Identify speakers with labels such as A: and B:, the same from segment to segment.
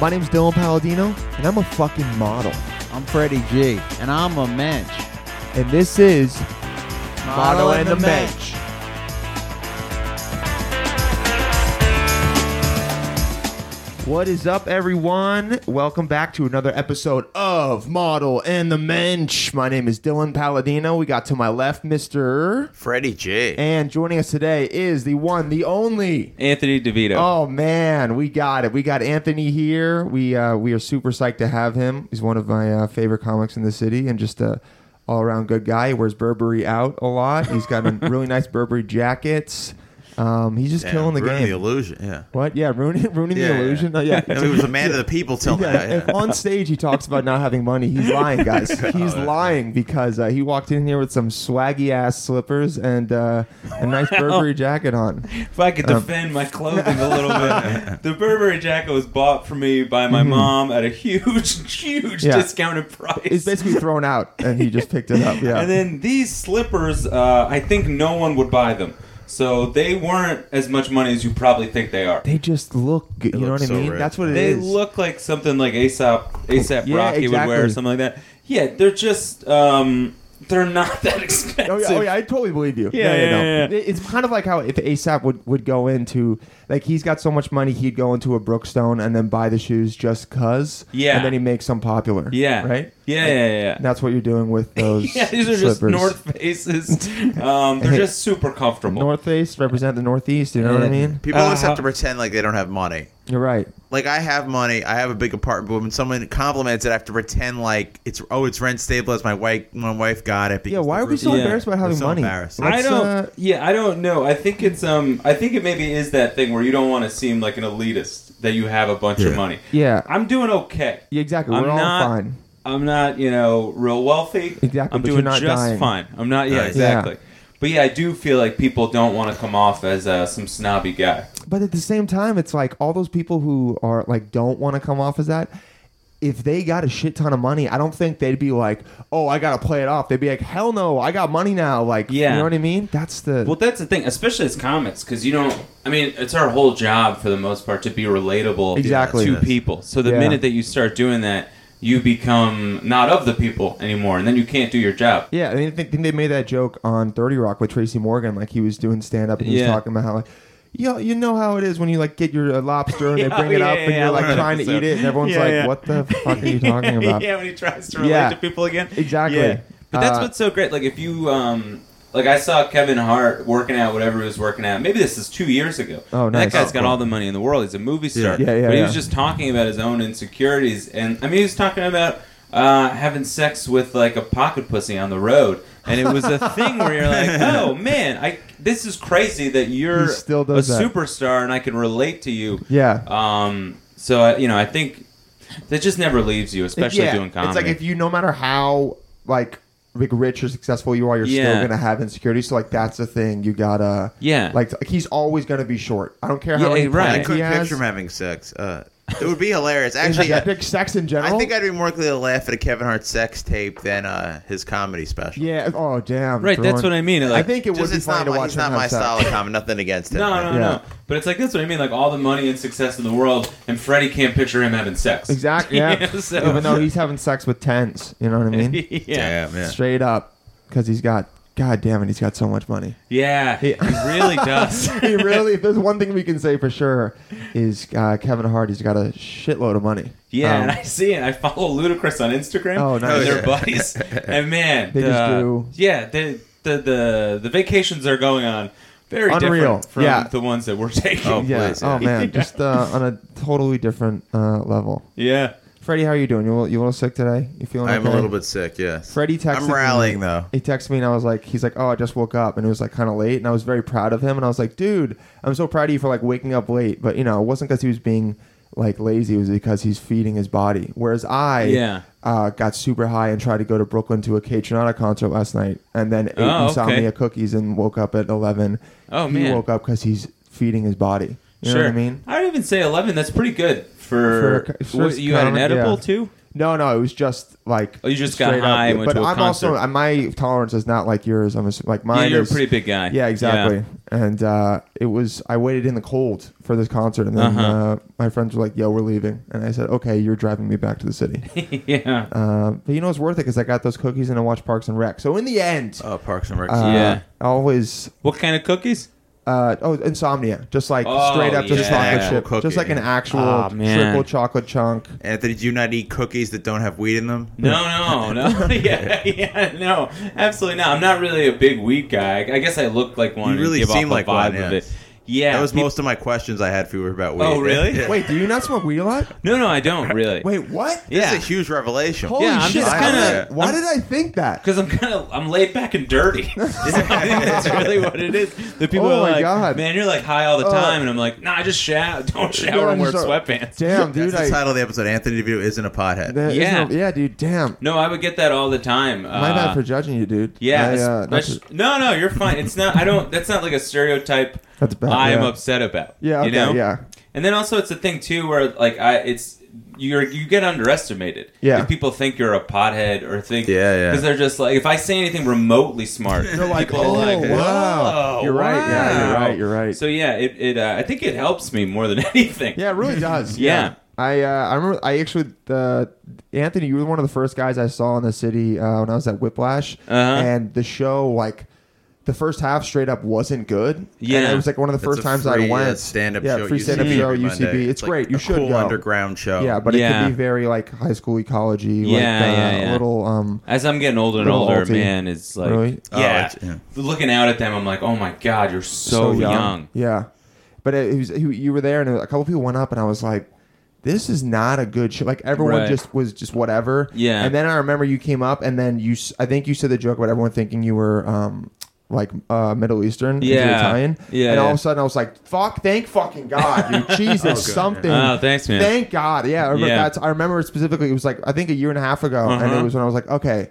A: My name's Dylan Palladino, and I'm a fucking model.
B: I'm Freddie G, and I'm a mensch.
A: And this is Model and the Mensch. What is up, everyone? Welcome back to another episode of Model and the Mensch. My name is Dylan Palladino. We got to my left, Mr.
C: Freddie J.
A: And joining us today is the one, the only,
D: Anthony DeVito.
A: Oh man, we got it. We got Anthony here. We uh, we are super psyched to have him. He's one of my uh, favorite comics in the city, and just a all around good guy. He wears Burberry out a lot. He's got a really nice Burberry jackets. Um, he's just
C: Yeah,
A: killing the
C: ruining
A: game.
C: The illusion. Yeah.
A: what? Yeah, ruining ruining
C: Yeah,
A: the
C: yeah,
A: illusion.
C: yeah.
A: Oh, yeah.
C: No, he was a man of the people till
A: Yeah,
C: now.
A: if on stage he talks about not having money, he's lying, guys.
D: Oh,
A: He's lying because uh, he walked in here with some swaggy ass slippers and uh, a nice Burberry jacket on.
D: if I
A: Um,
D: could defend my clothing a little bit, the Burberry jacket was bought for me by my mom at a huge, huge
A: Mm-hmm. Yeah.
D: discounted price.
A: It's basically thrown out, and he just picked it up. Yeah.
D: And then these slippers, uh, I think no one would buy them. So they weren't as much money as you probably think they are.
A: They just look good. You know
C: look
A: what I
C: so
A: mean?
C: rich.
A: That's what it is.
D: They look like something like ASAP ASAP
A: Yeah,
D: Rocky would wear
A: exactly.
D: or something like that. Yeah, they're just um, they're not that expensive.
A: Oh yeah, oh yeah, I totally believe you.
D: Yeah, yeah, yeah, yeah.
A: It- It's kind of like how if ASAP would, would go into like he's got so much money he'd go into a Brookstone and then buy the shoes just cause.
D: Yeah.
A: And then he makes them popular.
D: Yeah.
A: Right.
D: Yeah, yeah, yeah. yeah.
A: And that's what you're doing with those.
D: yeah, these are just
A: slippers.
D: North Faces. Um, they're just super comfortable.
A: North Face represent the Northeast. You know what I mean?
C: People always
D: Uh,
C: have to
A: Uh-huh.
C: pretend like they don't have money.
A: You're right.
C: Like I have money. I have a big apartment. But when someone compliments it, I have to pretend like it's oh, it's rent stabilized. My wife, my wife got it. Because
A: Yeah. Why
C: the
A: are we
C: roof-
A: so
D: Yeah.
A: embarrassed about
C: We're
A: having
C: so
A: money?
C: embarrassed.
D: I
A: Let's,
D: don't.
A: uh,
D: yeah, I don't know. I think it's um. I think it maybe is that thing where you don't want to seem like an elitist that you have a bunch of
C: Yeah.
D: money.
A: Yeah.
D: I'm doing okay.
A: yeah, exactly.
D: I'm
A: We're all
D: not-
A: fine.
D: I'm not, you know, real wealthy.
A: Exactly,
D: I'm
A: but
D: doing
A: you're not
D: just
A: dying.
D: fine. I'm not. Yeah,
C: Nice.
D: exactly. But yeah, I do feel like people don't want to come off as uh, some snobby guy.
A: But at the same time, it's like all those people who are like don't want to come off as that. If they got a shit ton of money, I don't think they'd be like, "Oh, I gotta play it off." They'd be like, "Hell no, I got money now." Like, you
D: Yeah.
A: know what I mean? That's the
D: Well, that's the thing, especially as comics, because you don't. I mean, it's our whole job for the most part to be relatable
A: Exactly.
D: to people. So the
A: Yeah.
D: minute that you start doing that, you become not of the people anymore, and then you can't do your job.
A: yeah. I mean, I think think they made that joke on Thirty Rock with Tracy Morgan, like he was doing stand up and he was
D: Yeah.
A: talking about how like. You, you know how it is when you like get your uh, lobster and they
D: Yeah, oh,
A: bring it
D: yeah,
A: up and
D: yeah,
A: you're
D: I
A: like
D: remember that
A: trying to eat
D: episode.
A: it and everyone's
D: Yeah,
A: like
D: yeah.
A: what the fuck are you talking about
D: yeah, when he tries to relate
A: relate Yeah.
D: to
A: to
D: people again.
A: Exactly. Yeah.
D: But that's
A: Uh,
D: what's so great. Like if you um like I saw Kevin Hart working at whatever he was working at. Maybe this is two years ago.
A: Oh,
D: And
A: nice.
D: That guy's got
A: Oh,
D: all the money in the world. He's a movie star.
A: Yeah, yeah,
D: But he
A: yeah.
D: was just talking about his own insecurities, and I mean, he was talking about uh, having sex with like a pocket pussy on the road, and it was a thing where you're like, oh man, I this is crazy that you're
A: He still
D: a
A: does that.
D: superstar, and I can relate to you.
A: yeah
D: Um, so I, you know, I think that just never leaves you, especially
A: Yeah,
D: doing comedy.
A: It's like if you, no matter how like like rich or successful you are, you're still
D: Yeah.
A: gonna have insecurities. So like that's the thing you gotta.
D: Yeah.
A: Like he's always gonna be short. I don't care how
D: Yeah,
A: many
D: right.
C: I
A: right. he
C: couldn't
A: has.
C: picture him having sex. Uh, it would be hilarious.
A: In
C: Actually,
A: epic sex in general.
C: I think I'd be more likely to laugh at a Kevin Hart sex tape than uh, his comedy special.
A: Yeah. Oh damn.
D: Right, that's what I mean. Like,
A: I think it would
C: Just
A: be
C: it's
A: fun
C: not
A: to
C: my,
A: watch.
C: he's
A: him
C: not
A: have
C: my
A: sex.
C: style of comedy. Nothing against him.
D: No, no,
A: Yeah.
D: no. But it's like that's what I mean. Like all the money and success in the world, and Freddie can't picture him having sex.
A: Exactly. Yeah.
D: Yeah, so-
A: Even though he's having sex with tens, you know what I mean?
D: yeah.
C: Damn, yeah.
A: Straight up, because he's got. God damn it, he's got so much money.
D: Yeah. He really does.
A: He really, if there's one thing we can say for sure, is uh, Kevin Hart, he's got a shitload of money.
D: Yeah,
A: Um,
D: and I see it. I follow Ludacris on Instagram.
A: Oh, nice.
D: And
C: Yeah.
D: they're buddies. and man,
A: They
D: the,
A: just do-
D: Yeah, they, the the the vacations they're going on very
A: Unreal.
D: different from
A: Yeah.
D: the ones that we're taking.
C: Oh.
A: yeah.
C: place,
A: Oh
C: yeah.
A: man, just uh, on a totally different uh, level.
D: Yeah.
A: Freddie, how are you doing? You a little, you a little sick today? You feeling?
C: I'm a
A: okay?
C: little bit sick. Yes.
A: Freddie texted.
C: I'm rallying
A: me.
C: though.
A: He texted me and I was like, he's like, oh, I just woke up and it was like kind of late and I was very proud of him and I was like, dude, I'm so proud of you for like waking up late, but you know, it wasn't because he was being like lazy, it was because he's feeding his body. Whereas I,
D: Yeah.
A: Uh, got super high and tried to go to Brooklyn to a Kate Renata concert last night, and then ate
D: Oh, okay.
A: insomnia cookies and woke up at eleven.
D: Oh,
A: he
D: man.
A: woke up because he's feeding his body. You
D: sure.
A: know what I mean?
D: I would even say eleven. That's pretty good for.
A: For a co- for
D: what, you had an
A: comic,
D: edible
A: yeah.
D: too.
A: No, no, it was just like.
D: Oh, you just got
A: straight up.
D: high and went
A: but
D: to a
A: I'm also
D: concert.
A: uh, my tolerance is not like yours. I'm just, like mine.
D: yeah, you're
A: is-
D: a pretty big guy.
A: Yeah, exactly. And uh, it was I waited in the cold for this concert, and then uh
D: Uh-huh.
A: my friends were like, "Yo, we're leaving," and I said, "Okay, you're driving me back to the city."
D: Yeah. yeah.
A: uh, but you know it's worth it because I got those cookies and I watched Parks and Rec. So in the end,
C: Oh, Parks and Rec.
A: uh,
D: yeah.
A: I always
D: What kind of cookies?
A: uh, oh insomnia, just like
D: Oh,
A: straight up, just
D: yeah.
A: chocolate
C: Actual
A: chip,
C: cookie.
A: just like an actual
D: Oh, man.
A: triple chocolate chunk.
C: Anthony, do you not eat cookies that don't have wheat in them?
D: No, no, no. yeah, yeah, no. Absolutely not. I'm not really a big wheat guy. I guess I look like one.
C: You really
D: and give
C: seem
D: off a
C: like
D: vibe
C: one,
D: of
C: yeah.
D: it. Yeah.
C: that was
D: peop-
C: most of my questions I had for you were about wheat.
D: Oh, really?
C: Yeah.
A: Wait, do you not smoke weed a lot?
D: No, no, I don't really.
A: Wait, what?
C: This
D: Yeah.
C: is a huge revelation.
A: Holy
D: I'm
A: shit!
D: just
A: I was
C: kinda-
A: like, why
D: I'm-
A: did I think that?
D: Because I'm kind of I'm laid back and dirty. So I think that's really what it is. The people
A: Oh
D: are
A: my
D: like,
A: God.
D: man, you're like high all the
A: Uh,
D: time, and I'm like, nah, I just shower. Don't shower and
A: I'm
D: wear
A: so-
D: sweatpants.
A: Damn, dude,
C: That's the
A: I,
C: title of the episode. Anthony DeVito isn't a pothead.
A: that-
D: Yeah.
A: yeah, dude, damn.
D: No, I would get that all the time.
A: My
D: Uh,
A: bad for judging you, dude.
D: Yeah,
A: I,
D: es-
A: uh, not
D: espec-
A: to-
D: no, no, you're fine. It's not. I don't. That's not like a stereotype.
A: That's bad,
D: I am
A: yeah.
D: upset about.
A: yeah, okay,
D: you know.
A: yeah.
D: And then also, it's a thing too where like I, it's you're you get underestimated.
A: Yeah.
D: 'Cause people think you're a pothead or think.
C: Yeah, yeah.
D: Because they're just like, if I say anything remotely smart,
A: They're like,
D: people are
A: oh,
D: like,
A: wow.
D: "Whoa,
C: Oh,
A: You're right. Yeah, you're
D: wow."
A: right. You're right.
D: So yeah, it, it uh, I think it helps me more than anything.
A: yeah, it really does.
D: Yeah.
A: I uh, I remember I actually uh, Anthony, you were one of the first guys I saw in the city uh, when I was at Whiplash,
D: Uh-huh.
A: and the show like the first half strst up wasn't good. and
D: Yeah.
A: it was like one of the
C: That's
A: first
C: a
A: times
C: free,
A: I went
C: uh, stand-up
A: Yeah,
C: show.
A: free
C: at
A: stand-up
C: UCB
A: show
C: every
A: UCB.
C: Monday.
A: It's
C: like
A: great. You
C: a
A: should
C: cool
A: go.
C: underground show.
A: Yeah, but it
D: Yeah.
A: could be very like high school ecology.
D: Yeah,
A: like, uh,
D: yeah, yeah.
A: A little um.
D: As I'm getting older and
A: Little
D: older,
A: alty.
D: man, it's like
A: Really?
C: Oh,
D: yeah,
C: it's- yeah.
D: Looking out at them, I'm like, oh my god, you're so, young.
A: Yeah, but it, it was you you were there, and a couple people went up, and I was like, "This is not a good show." Like everyone
D: Right.
A: just was just whatever.
D: Yeah.
A: And then I remember you came up, and then you s- I think you said the joke about everyone thinking you were um like uh Middle Eastern, and you were
D: Yeah.
A: Italian.
D: Yeah,
A: And all
D: yeah.
A: of a sudden I was like, "Fuck! Thank fucking God, dude! Jesus, something."
D: Oh, thanks, man.
A: Thank God. Yeah, I remember,
D: Yeah.
A: That's, I remember specifically. It was like I think a year and a half ago, and it
D: Uh-huh.
A: was when I was like, "Okay,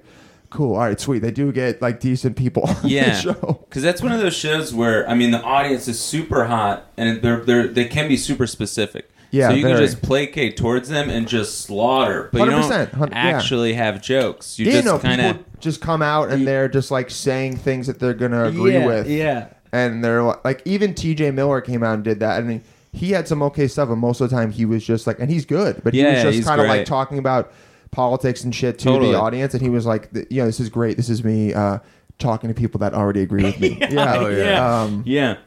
A: cool, all right, sweet." They do get like decent people. On
D: yeah
A: the show.
D: because that's one of those shows where i mean the audience is super hot and they're, they're they can be super specific
A: Yeah,
D: so you
A: very.
D: can just placate towards them and just slaughter but you
A: 100%,
D: don't
A: hun- yeah.
D: actually have jokes you
A: Yeah,
D: just
A: you know,
D: kind of
A: people just come out and they're just like saying things that they're gonna agree with.
D: yeah
A: And they're li- like, even T.J. Miller came out and did that. I mean, he had some okay stuff, but most of the time he was just like, and he's good, but
D: Yeah,
A: he was
D: he's
A: just kind of like
D: great.
A: talking about politics and shit to
D: Totally.
A: the audience, and he was like, th- you know, this is great. This is me uh, talking to people that already agree with me. yeah,
C: Oh, yeah.
A: Um,
D: yeah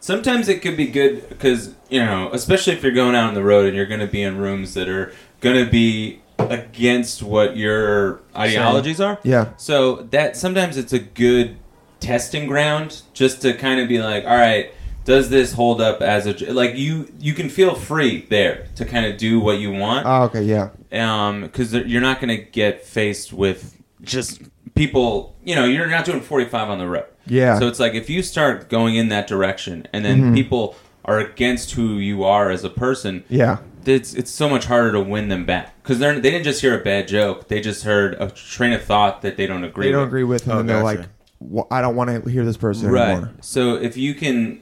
D: sometimes it could be good because you know especially if you're going out on the road and you're going to be in rooms that are going to be against what your ideologies are
A: yeah.
D: So that sometimes it's a good testing ground just to kind of be like, all right, does this hold up as a like you you can feel free there to kind of do what you want
A: Oh, okay, yeah.
D: um cuz you're not going to get faced with just people, you know, you're not doing 45 on the road.
A: Yeah. Mm-hmm.
D: So it's like if you start going in that direction and then people are against who you are as a person,
A: Yeah.
D: it's it's so much harder to win them back because they they didn't just hear a bad joke; they just heard a train of thought that they don't agree.
A: They don't
D: with.
A: agree with him,
C: Oh,
A: and they're
C: gotcha.
A: like, "Wha- I don't want to hear this person
D: right?
A: anymore.
D: So if you can,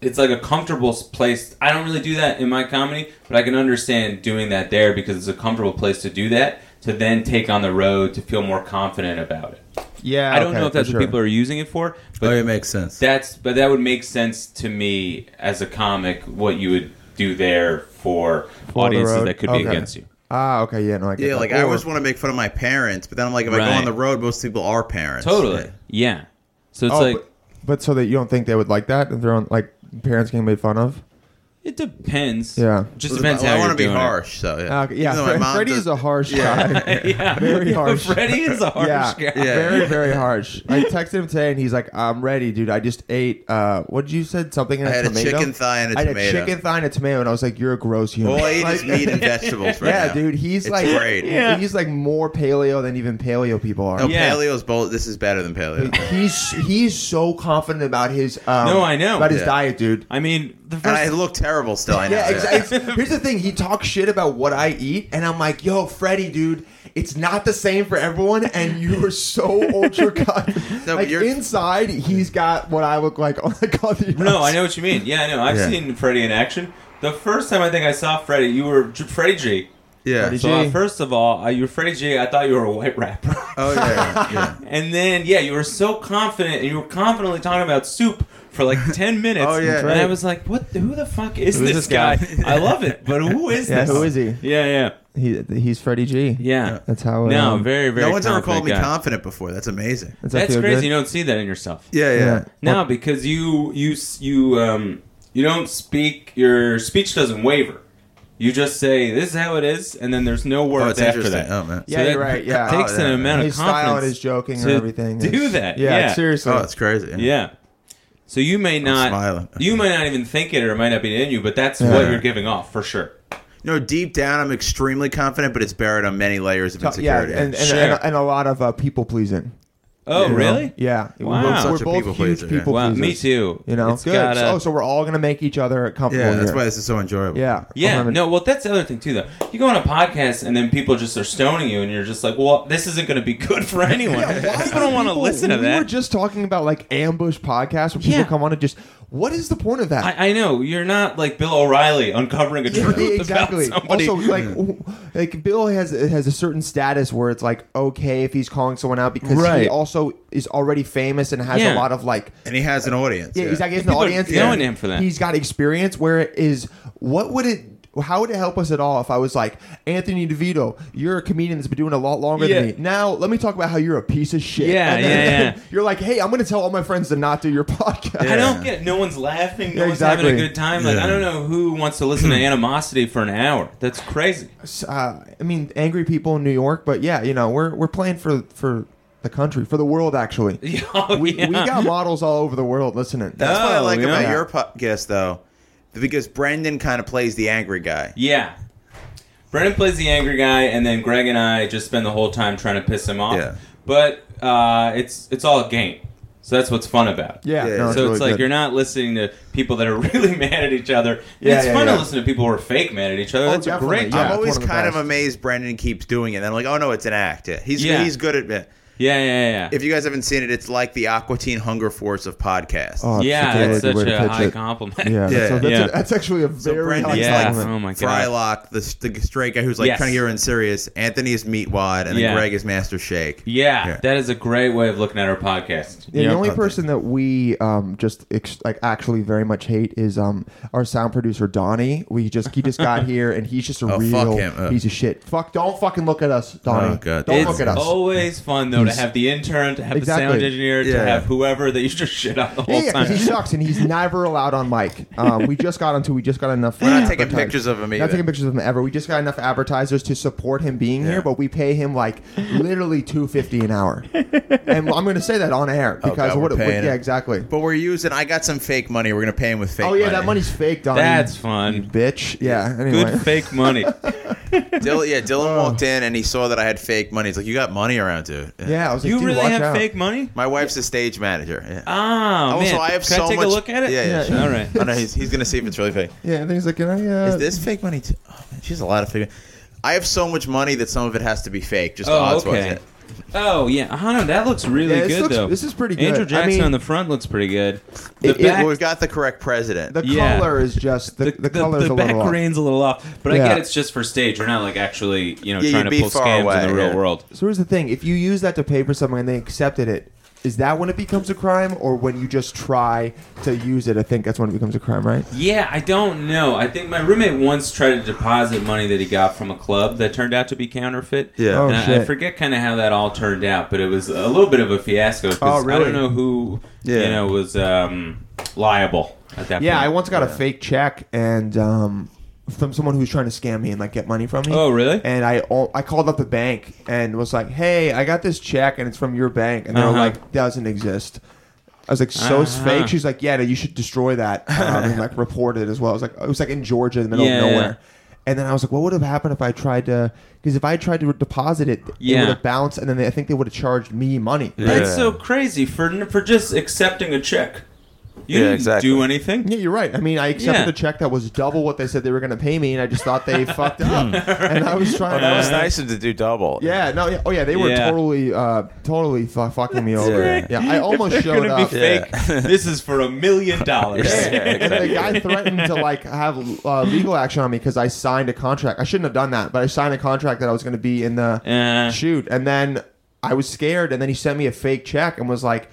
D: it's like a comfortable s- place. I don't really do that in my comedy, but I can understand doing that there because it's a comfortable place to do that. To then take on the road to feel more confident about it.
A: Yeah.
D: I don't
A: okay,
D: know if
A: for
D: that's
A: sure.
D: what people are using it for, but
C: Oh, it makes sense.
D: that's but that would make sense to me as a comic what you would do there for,
A: the
D: audiences
A: road?
D: that could
A: Okay.
D: be against you.
A: Ah, okay, yeah, no, I get
C: Yeah,
A: that.
C: like I
A: Or-
C: always want to make fun of my parents, but then I'm like, if I
D: Right.
C: go on the road, most people are parents.
D: Totally.
C: Yeah.
D: Yeah. So it's
A: Oh,
D: like
A: but, but so that you don't think they would like that if their own like parents getting made fun of.
D: it depends.
A: Yeah.
D: Just
C: Well,
D: depends
C: I
D: how
C: wanna
D: you're
C: be
D: doing
C: harsh, so yeah.
A: Uh, yeah,
C: Even though my
A: Fre-
C: mom
A: Freddie
C: does-
A: is a harsh guy.
D: it. yeah.
A: Very harsh.
D: Freddie is a harsh
A: yeah,
D: guy.
C: Yeah.
A: very very harsh. I texted him today and he's like, "I'm ready, dude. I just ate. Uh, what did you said? Something in
C: I had a
A: tomato?
C: chicken thigh and a
A: I had
C: tomato.
A: a chicken thigh and a tomato, and I was like, "You're a gross human."
C: All I eat
A: Like-
C: is meat and vegetables right
A: yeah,
C: now.
A: dude. He's
C: It's
A: like,
C: great.
D: Yeah.
A: he's like more paleo than even paleo people are.
C: No,
D: Yeah.
C: paleo's bold. This is better than paleo.
A: He's he's so confident about his. Um,
D: No, I know.
A: about his
C: Yeah.
A: diet, dude.
D: I mean, the first
C: and I look terrible still. I know.
A: Yeah,
C: that.
A: exactly. It's- Here's the thing: he talks shit about what I eat, and I'm like, "Yo, Freddie, dude, it's not the same for everyone." And you are so ultra cut.
C: No, but
A: like
C: you're-
A: inside, he's got what I look like on the cover.
D: No, I know what you mean. Yeah, I know. I've
C: Yeah.
D: seen Freddie in action. The first time I think I saw Freddie, you were J- Freddie G
C: Yeah.
A: Freddie
D: So uh,
A: G.
D: first of all, uh, you were Freddie J. I thought you were a white rapper,
C: Oh yeah. yeah.
D: and then yeah, you were so confident, and you were confidently talking about soup for like ten minutes.
C: Oh, yeah.
D: and I was like, what? Who the fuck is
A: Who's this
D: this, guy?
A: guy?
D: I love it, but who is
A: Yeah,
D: this?
A: who is he?
D: Yeah, yeah,
A: He he's Freddie G.
D: yeah.
A: That's how.
D: No,
A: um,
D: very, very.
C: no one's ever
D: confident
C: called me
D: guy.
C: confident before. That's amazing.
A: that's, how I
D: That's
A: feel
D: crazy.
A: good.
D: You don't see that in yourself.
C: Yeah, yeah.
D: No, because you you s- you um you don't speak your speech doesn't waver. You just say this is how it is, and then there's no
C: Oh,
D: words
C: it's
D: after
C: interesting.
D: that.
C: Oh man.
A: Yeah, you're right, yeah.
D: takes
C: Oh, yeah,
D: an
C: yeah.
D: amount
A: His
D: of
A: style and
D: confidence.
A: his joking and
D: to
A: everything.
D: do
A: is-
D: that,
A: Yeah,
D: yeah.
A: seriously.
C: Oh, that's crazy.
D: yeah. So you may not
C: smiling.
D: you may not even think it or it might not be in you, but that's
A: Yeah.
D: what you're giving off for sure.
C: You know, deep down, I'm extremely confident, but it's buried on many layers of
A: Uh, yeah,
C: insecurity.
A: and and,
D: Sure.
A: and, and a lot of uh, people pleasing.
D: Oh,
A: you know?
D: really?
A: Yeah.
D: Wow.
A: We're,
D: I'm
A: both-
D: such
A: we're
C: a
A: both
C: people
A: huge
C: pleaser, yeah.
A: people
D: Wow,
A: pleasers.
D: me too.
A: You know,
D: It's
A: good.
D: got a-
A: oh, so we're all gonna make each other comfortable.
C: yeah, that's
A: here.
C: why this is so enjoyable.
A: Yeah.
D: Yeah,
A: 100.
D: no. Well, that's the other thing too, though. You go on a podcast and then people just are stoning you, and you're just like, "Well, this isn't going to be good for anyone. I don't want to
A: People-
D: listen to
A: we were
D: that."
A: just talking about like ambush podcasts where people
D: Yeah.
A: come on and just. What is the point of that?
D: I, I know you're not like Bill O'Reilly uncovering a
A: Yeah,
D: truth
A: exactly.
D: about somebody.
A: Also, like, w- like Bill has has a certain status where it's like okay if he's calling someone out because he
D: Right.
A: also is already famous and has a
D: Yeah.
A: lot of like.
C: And he has an audience.
A: Yeah, exactly. He has an
D: People are
A: audience.
D: yelling
A: Yeah.
D: at him for that.
A: He's got experience. Where it is, what would it? How would it help us at all if I was like Anthony DeVito? You're a comedian that's been doing a lot longer than
D: Yeah.
A: me. Now let me talk about how you're a piece of shit.
D: Yeah,
A: And then-
D: yeah, yeah.
A: You're like, hey, I'm going to tell all my friends to not do your podcast.
D: I don't get. It. No one's laughing. No
A: Yeah,
D: one's having
A: exactly.
D: a good time. Like
C: Yeah.
D: I don't know who wants to listen to animosity for an hour. That's crazy.
A: uh, I mean, angry people in New York, but yeah, you know, we're we're playing for for the country, for the world, actually.
D: Oh,
A: We,
D: yeah.
A: we got models all over the world listening.
C: That's what I
D: Oh,
C: like
D: yeah.
C: about your podcast, though, because Brendan kind of plays the angry guy.
D: Yeah. Brennan plays the angry guy, and then Greg and I just spend the whole time trying to piss him off.
C: Yeah.
D: But uh, it's it's all a game, so that's what's fun about. it.
A: yeah,
C: Yeah,
A: no,
C: yeah.
A: it's
D: So
A: really
D: it's like
A: good.
D: you're not listening to people that are really mad at each other.
A: Yeah,
D: it's
A: yeah,
D: fun
A: yeah.
D: to listen to people who are fake mad at each other.
A: Oh,
D: That's a
A: definitely,
D: great.
A: yeah.
C: I'm
A: it's
C: always
A: one of the
C: kind of
A: best.
C: amazed Brendan keeps doing it. And I'm like, oh no, it's an act. Yeah. He's
D: Yeah.
C: he's good at it.
D: Yeah, yeah, yeah.
C: If you guys haven't seen it, it's like the Aqua Teen Hunger Force of podcasts.
A: Oh,
D: yeah, that's
A: it's
D: such
A: way to
D: a
A: pitch
D: high
A: it.
D: compliment.
A: Yeah,
C: Yeah.
A: So that's,
D: Yeah.
A: a- that's actually a
C: So
A: very high
C: Brendan's
D: Yeah.
C: like
A: compliment.
D: Oh, my God.
C: Frylock, the, the straight guy who's like
D: Yes.
C: trying to get her in serious. Anthony is Meatwad, and
D: Yeah.
C: then Greg is Master Shake.
D: Yeah,
C: Yeah.
D: that is a great way of looking at our podcast.
A: Yeah,
D: Yep.
A: the only
C: Okay.
A: person that we um, just ex- like actually very much hate is um, our sound producer Donnie. We just he just got here and he's just a
C: Oh, fuck
A: real
C: him. Ugh.
A: piece of shit. Fuck! Don't fucking look at us, Donnie.
C: Oh, God.
A: Don't
D: it's
A: look at us.
D: always fun though to have the intern, to have
A: Exactly.
D: the sound engineer, to
C: Yeah.
D: have whoever that you just shit on the whole
A: Yeah, because
D: time.
A: he sucks and he's never allowed on mic. Um, we just got onto we just got enough.
C: We're not taking
A: advertisers.
C: pictures of him
A: Not
C: either.
A: taking pictures of him ever. We just got enough advertisers to support him being here, but we pay him like literally two fifty an hour. and I'm going to say that on air because
C: Oh, God,
A: what,
C: we're
A: what?
C: paying
A: Yeah,
C: him.
A: exactly.
C: But we're using. I got some fake money. We're gonna pay him with fake.
A: Oh yeah, that money's fake, Donnie.
D: That's
A: You
D: fun.
A: bitch. Yeah. Anyway.
D: Good fake money.
C: Dylan, yeah,
A: Oh.
C: Dylan walked in and he saw that I had fake money. He's like, "You got money around, dude."
A: Yeah. I was like,
D: you
A: dude,
D: really
A: watch
D: have
A: out.
D: fake money?
C: My wife's a stage manager. Yeah.
D: Ah,
C: also,
D: man.
C: I have
D: Can
C: so
D: I take
C: much.
D: a look at it?
C: Yeah, yeah.
A: Yeah.
C: sure.
D: All right.
C: Oh, no, he's, he's gonna see if it's really fake.
A: Yeah. And then he's like, can I? Uh,
C: Is this fake money? Too? Oh man, she's a lot of fake. I have so much money that some of it has to be fake. Just
D: Oh,
C: odds
D: okay.
C: was it.
D: Oh yeah, I don't know. That looks really
A: Yeah, this
D: good
A: looks-
D: though.
A: this is pretty good.
D: Andrew
A: I
D: Jackson
A: mean-
D: on the front looks pretty good. The
A: It- it
D: back,
C: Well, we've got the correct president.
A: The
D: Yeah.
A: color is just the, the,
D: the, the,
A: color's
D: the
A: a
D: back
A: little off.
D: grain's a little off. But I
A: Yeah.
D: get it's just for stage. We're not like actually, you know,
C: Yeah, you'd
D: trying to
C: be
D: pull
C: far
D: scams
C: away,
D: in the real
C: yeah.
D: world.
A: So here's the thing: if you use that to pay for something and they accepted it, is that when it becomes a crime, or when you just try to use it? I think that's when it becomes a crime, right?
D: Yeah, I don't know. I think my roommate once tried to deposit money that he got from a club that turned out to be counterfeit.
C: Yeah.
A: Oh,
D: and I, I
A: shit.
D: forget kind of how that all turned out, but it was a little bit of a fiasco. 'cause
A: Oh, really?
D: I don't know who
C: Yeah.
D: you know was um, liable at that.
A: Yeah,
D: point.
A: I once got a fake check and um, from someone who's trying to scam me and like get money from me.
D: Oh, really?
A: And I al- I called up the bank and was like, "Hey, I got this check and it's from your bank," and they were
D: Uh-huh.
A: like, "Doesn't exist." I was like, "So it's
D: Uh-huh.
A: fake." She's like, "Yeah, no, you should destroy that um, and like report it as well." I was like, "It was like in Georgia, in the middle
D: Yeah.
A: of nowhere." And then I was like, "What would have happened if I tried to?" Because if I tried to deposit it, it
D: Yeah.
A: would have bounced, and then they, I think they would have charged me money.
D: That's so crazy for for just accepting a check. You
C: Yeah,
D: didn't
C: exactly.
D: do anything.
A: Yeah, you're right. I mean, I accepted
D: Yeah.
A: a check that was double what they said they were going to pay me, and I just thought they fucked
D: Hmm.
A: up. And I was trying.
C: Oh, that was
A: to
C: nice of them to do double.
A: Yeah, no, yeah, oh yeah, they were
D: Yeah.
A: totally, uh, totally fu- fucking me over.
C: great.
A: Yeah, I almost
D: if they're
A: showed
D: gonna
A: up.
D: Be
C: Yeah.
D: fake. this is for a million dollars.
C: Yeah.
A: Yeah, and
C: exactly.
A: the guy threatened to like have uh, legal action on me because I signed a contract. I shouldn't have done that, but I signed a contract that I was going to be in the
D: Uh,
A: shoot. And then I was scared, and then he sent me a fake check and was like,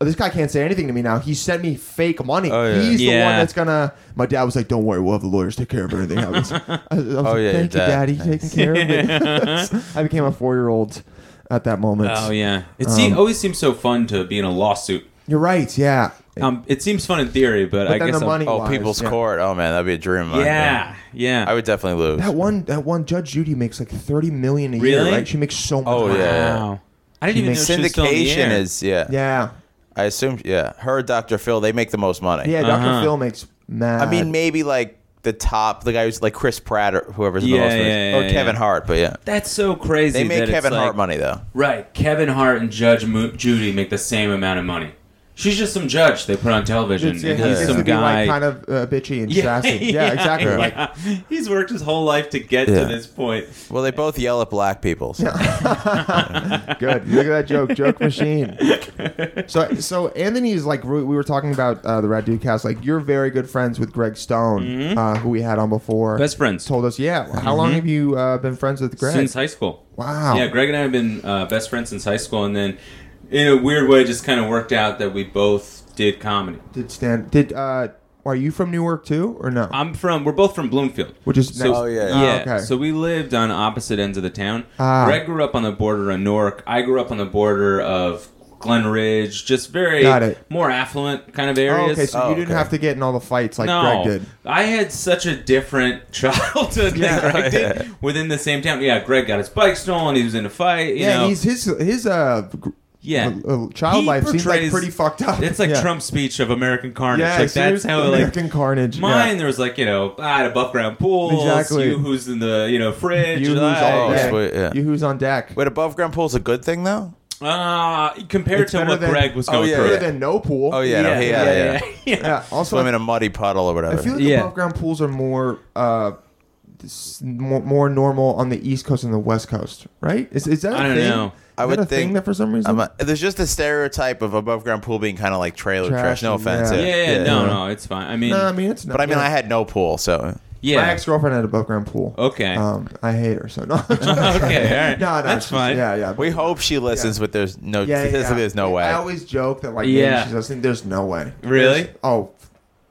A: "Oh, "This guy can't say anything to me now. He sent me fake money.
C: Oh, yeah.
A: He's the
D: Yeah.
A: one that's gonna." My dad was like, "Don't worry, we'll have the lawyers take care of everything." I was, I was oh like,
C: yeah, your
A: thank you,
C: dad.
A: Daddy, taking care of me. I became a four-year-old at that moment.
D: oh yeah, it
A: Um,
D: se- always seems so fun to be in a lawsuit.
A: You're right. Yeah.
D: Um, it seems fun in theory, but,
A: But
D: I
A: then
D: guess
A: the
D: I'm-
A: money-
C: Oh,
A: Wise,
C: people's
A: yeah.
C: court. Oh man, that'd be a dream. of mine,
D: yeah, yeah.
C: I would definitely lose.
A: That one, that one Judge Judy makes like thirty million a year,
D: Really?
A: right? She makes so much.
C: Oh,
A: money.
C: yeah.
D: wow. I didn't even know she was still in the
C: syndication
D: air.
C: is yeah.
A: yeah,
C: I assume yeah. Her, Dr. Phil, they make the most money.
A: yeah.
D: Uh-huh.
A: Doctor Phil makes mad.
C: I mean, maybe like the top, the guy who's like Chris Pratt or whoever's in the
D: Yeah,
C: most, movies.
D: yeah,
C: or
D: yeah,
C: Kevin
D: yeah.
C: Hart. But yeah,
D: That's so crazy.
C: they make
D: that it's
C: Kevin Hart
D: like-
C: money though.
D: Right. Kevin Hart and Judge Mo- Judy make the same amount of money. She's just some judge they put on television,
A: it's, yeah,
D: and
A: he
D: he's
A: gets
D: some
A: to be
D: guy.
A: like kind of uh, bitchy and sassy. Yeah, exactly. Like,
D: yeah. he's worked his whole life to get
C: Yeah.
D: to this point.
C: Well, they both yell at black people. so-
A: Good. Look at that joke, joke machine. So, so Anthony is like we we were talking about uh, the Rad Dude cast. Like, you're very good friends with Greg Stone, uh, who we had on before.
D: Best friends
A: told us, yeah. How long have you uh, been friends with Greg?
D: since high school.
A: wow.
D: Yeah, Greg and I have been uh, best friends since high school, and then in a weird way, it just kind of worked out that we both did comedy.
A: Did Stan? Did uh, are you from Newark too, or no?
D: I'm from. We're both from Bloomfield.
A: Which is
D: Uh, So,
A: next-
C: Oh, yeah.
A: Ah,
D: yeah.
A: okay.
D: So we lived on opposite ends of the town.
A: Ah.
D: Greg grew up on the border of Newark. I grew up on the border of Glen Ridge. Just very
A: Got it.
D: more affluent kind of
A: Oh,
D: areas.
A: okay, so
C: Oh,
A: you didn't
C: okay.
A: have to get in all the fights like
D: no,
A: Greg did.
D: I had such a different childhood
A: Yeah.
D: than Greg did within the same town. Yeah, Greg got his bike stolen. He was in a fight. You
A: yeah,
D: know,
A: he's his his uh, gr-
D: yeah.
A: uh, child
D: He
A: life seems like
D: portrays-
A: pretty fucked up.
D: It's like
A: yeah.
D: Trump's speech of American Carnage.
A: Yeah,
D: like that's
A: serious-
D: how like
A: American Carnage.
D: Mine,
A: yeah.
D: there was like you know, ah, I had above ground pools.
A: Exactly.
D: You who's in the you know fridge.
A: You who's
D: ah,
A: on
C: Oh,
A: deck.
C: sweet, yeah.
A: You who's on deck.
C: Wait, above ground pool's a good thing though.
D: ah, compared
A: It's
D: to
A: better
D: what
A: than-
D: Greg was
C: Oh,
D: going
C: yeah,
D: through.
A: Better than no pool.
C: Oh yeah, no, he- yeah, yeah.
A: Yeah. Also,
C: Swim in a muddy puddle or
A: I
C: whatever.
A: feel like
D: Yeah.
A: above ground pools are more. Uh, s- more, more normal on the East Coast and the West Coast, right? Is, is that a
D: I don't
A: thing?
D: know.
A: Is
C: I
A: that
C: would
A: a thing
C: think-
A: that for some reason.
C: I'm a- there's just a stereotype of above ground pool being kind of like trailer trash.
A: Trash
C: No
A: and-
C: offense.
A: yeah.
D: Yeah, yeah,
C: yeah.
D: no, no, it's fine. I mean,
A: no, I mean it's not.
C: But I mean,
A: yeah.
C: I had no pool, so
D: yeah.
A: My ex girlfriend had above ground pool.
D: Okay.
A: Um, I hate her so no.
D: okay, all right.
A: No, no,
D: That's
A: she's-
D: fine.
A: Yeah, yeah.
C: we hope she listens. But there's no,
A: yeah, yeah, yeah.
C: there's no way.
A: I always joke that like
D: Yeah.
A: maybe she's listening. There's no way.
D: Really?
A: There's- oh,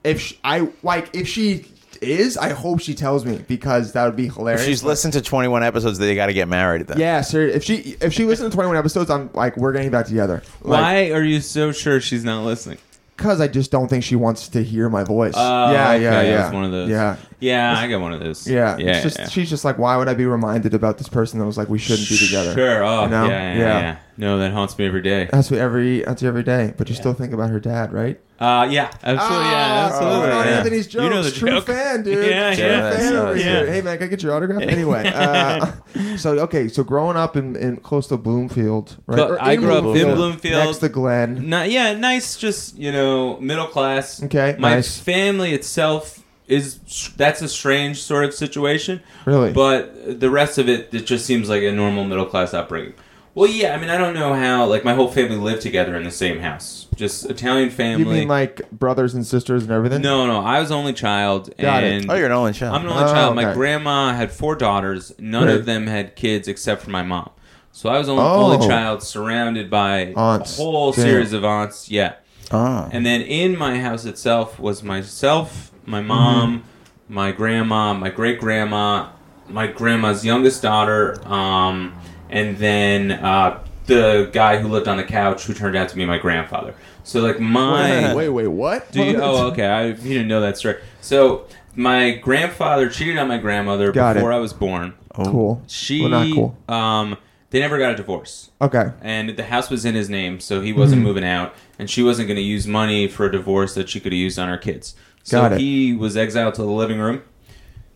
A: if she, I like if she is, I hope she tells me because that would be hilarious.
C: If she's
A: But-
C: listened to 21 episodes, they got to get married then.
A: Yeah, sir. If she if she listened to 21 episodes, I'm like we're getting back together. Like,
D: Why are you so sure she's not listening?
A: Because I just don't think she wants to hear my voice.
D: Oh,
A: yeah,
D: okay,
A: yeah,
D: it
A: yeah.
D: was one of those.
A: Yeah.
D: Yeah, I got one of those.
A: Yeah,
D: yeah.
A: It's just,
D: yeah.
A: She's just like, why would I be reminded about this person that was like, we shouldn't be together?
D: Sure. Oh,
A: You know?
D: yeah, yeah, yeah, No, that haunts me every day.
A: That's what every that's every day. But you still think about her dad, right?
D: Uh, yeah, absolutely. yeah,
A: Ah,
D: absolutely.
A: Going on
D: yeah.
A: Anthony's jokes.
D: You know the
A: True
D: joke.
A: fan, dude.
D: Yeah,
A: True
D: yeah.
A: fan over
D: Yeah.
A: here. Hey man, can I get your autograph? Anyway, uh, so okay, so growing up in, in close to Bloomfield, right?
D: Cl- I
A: in
D: grew up in Bloomfield.
A: next to Glen.
D: Not, yeah, nice. Just you know, middle class.
A: Okay,
D: my
A: nice.
D: family itself is that's a strange sort of situation.
A: Really?
D: but the rest of it, it just seems like a normal middle class upbringing. Well, yeah, I mean, I don't know how. Like, my whole family lived together in the same house. Just Italian family.
A: you mean like brothers and sisters and everything?
D: no, no, I was only child.
A: Got it.
D: and
C: Oh, you're an only child.
D: I'm an only
A: Oh,
D: child. My
A: okay.
D: grandma had four daughters. None
A: Right.
D: of them had kids except for my mom. So I was only,
A: Oh.
D: only child, surrounded by
A: Aunts.
D: a whole
A: Damn.
D: series of aunts. Yeah.
C: Oh.
D: And then in my house itself was myself, my mom,
A: Mm-hmm.
D: my grandma, my great grandma, my grandma's youngest daughter, um, and then uh, the guy who lived on the couch who turned out to be my grandfather. So like my
A: Wait, wait, wait, what?
D: do you, oh, okay. I, you didn't know that story. So my grandfather cheated on my grandmother
A: Got it.
D: before I was born.
A: cool.
D: She,
A: Well, not cool.
D: um, they never got a divorce
A: Okay.
D: and the house was in his name, so he
A: Hmm.
D: wasn't moving out, and she wasn't going to use money for a divorce that she could have used on her kids. So
A: Got it.
D: he was exiled to the living room.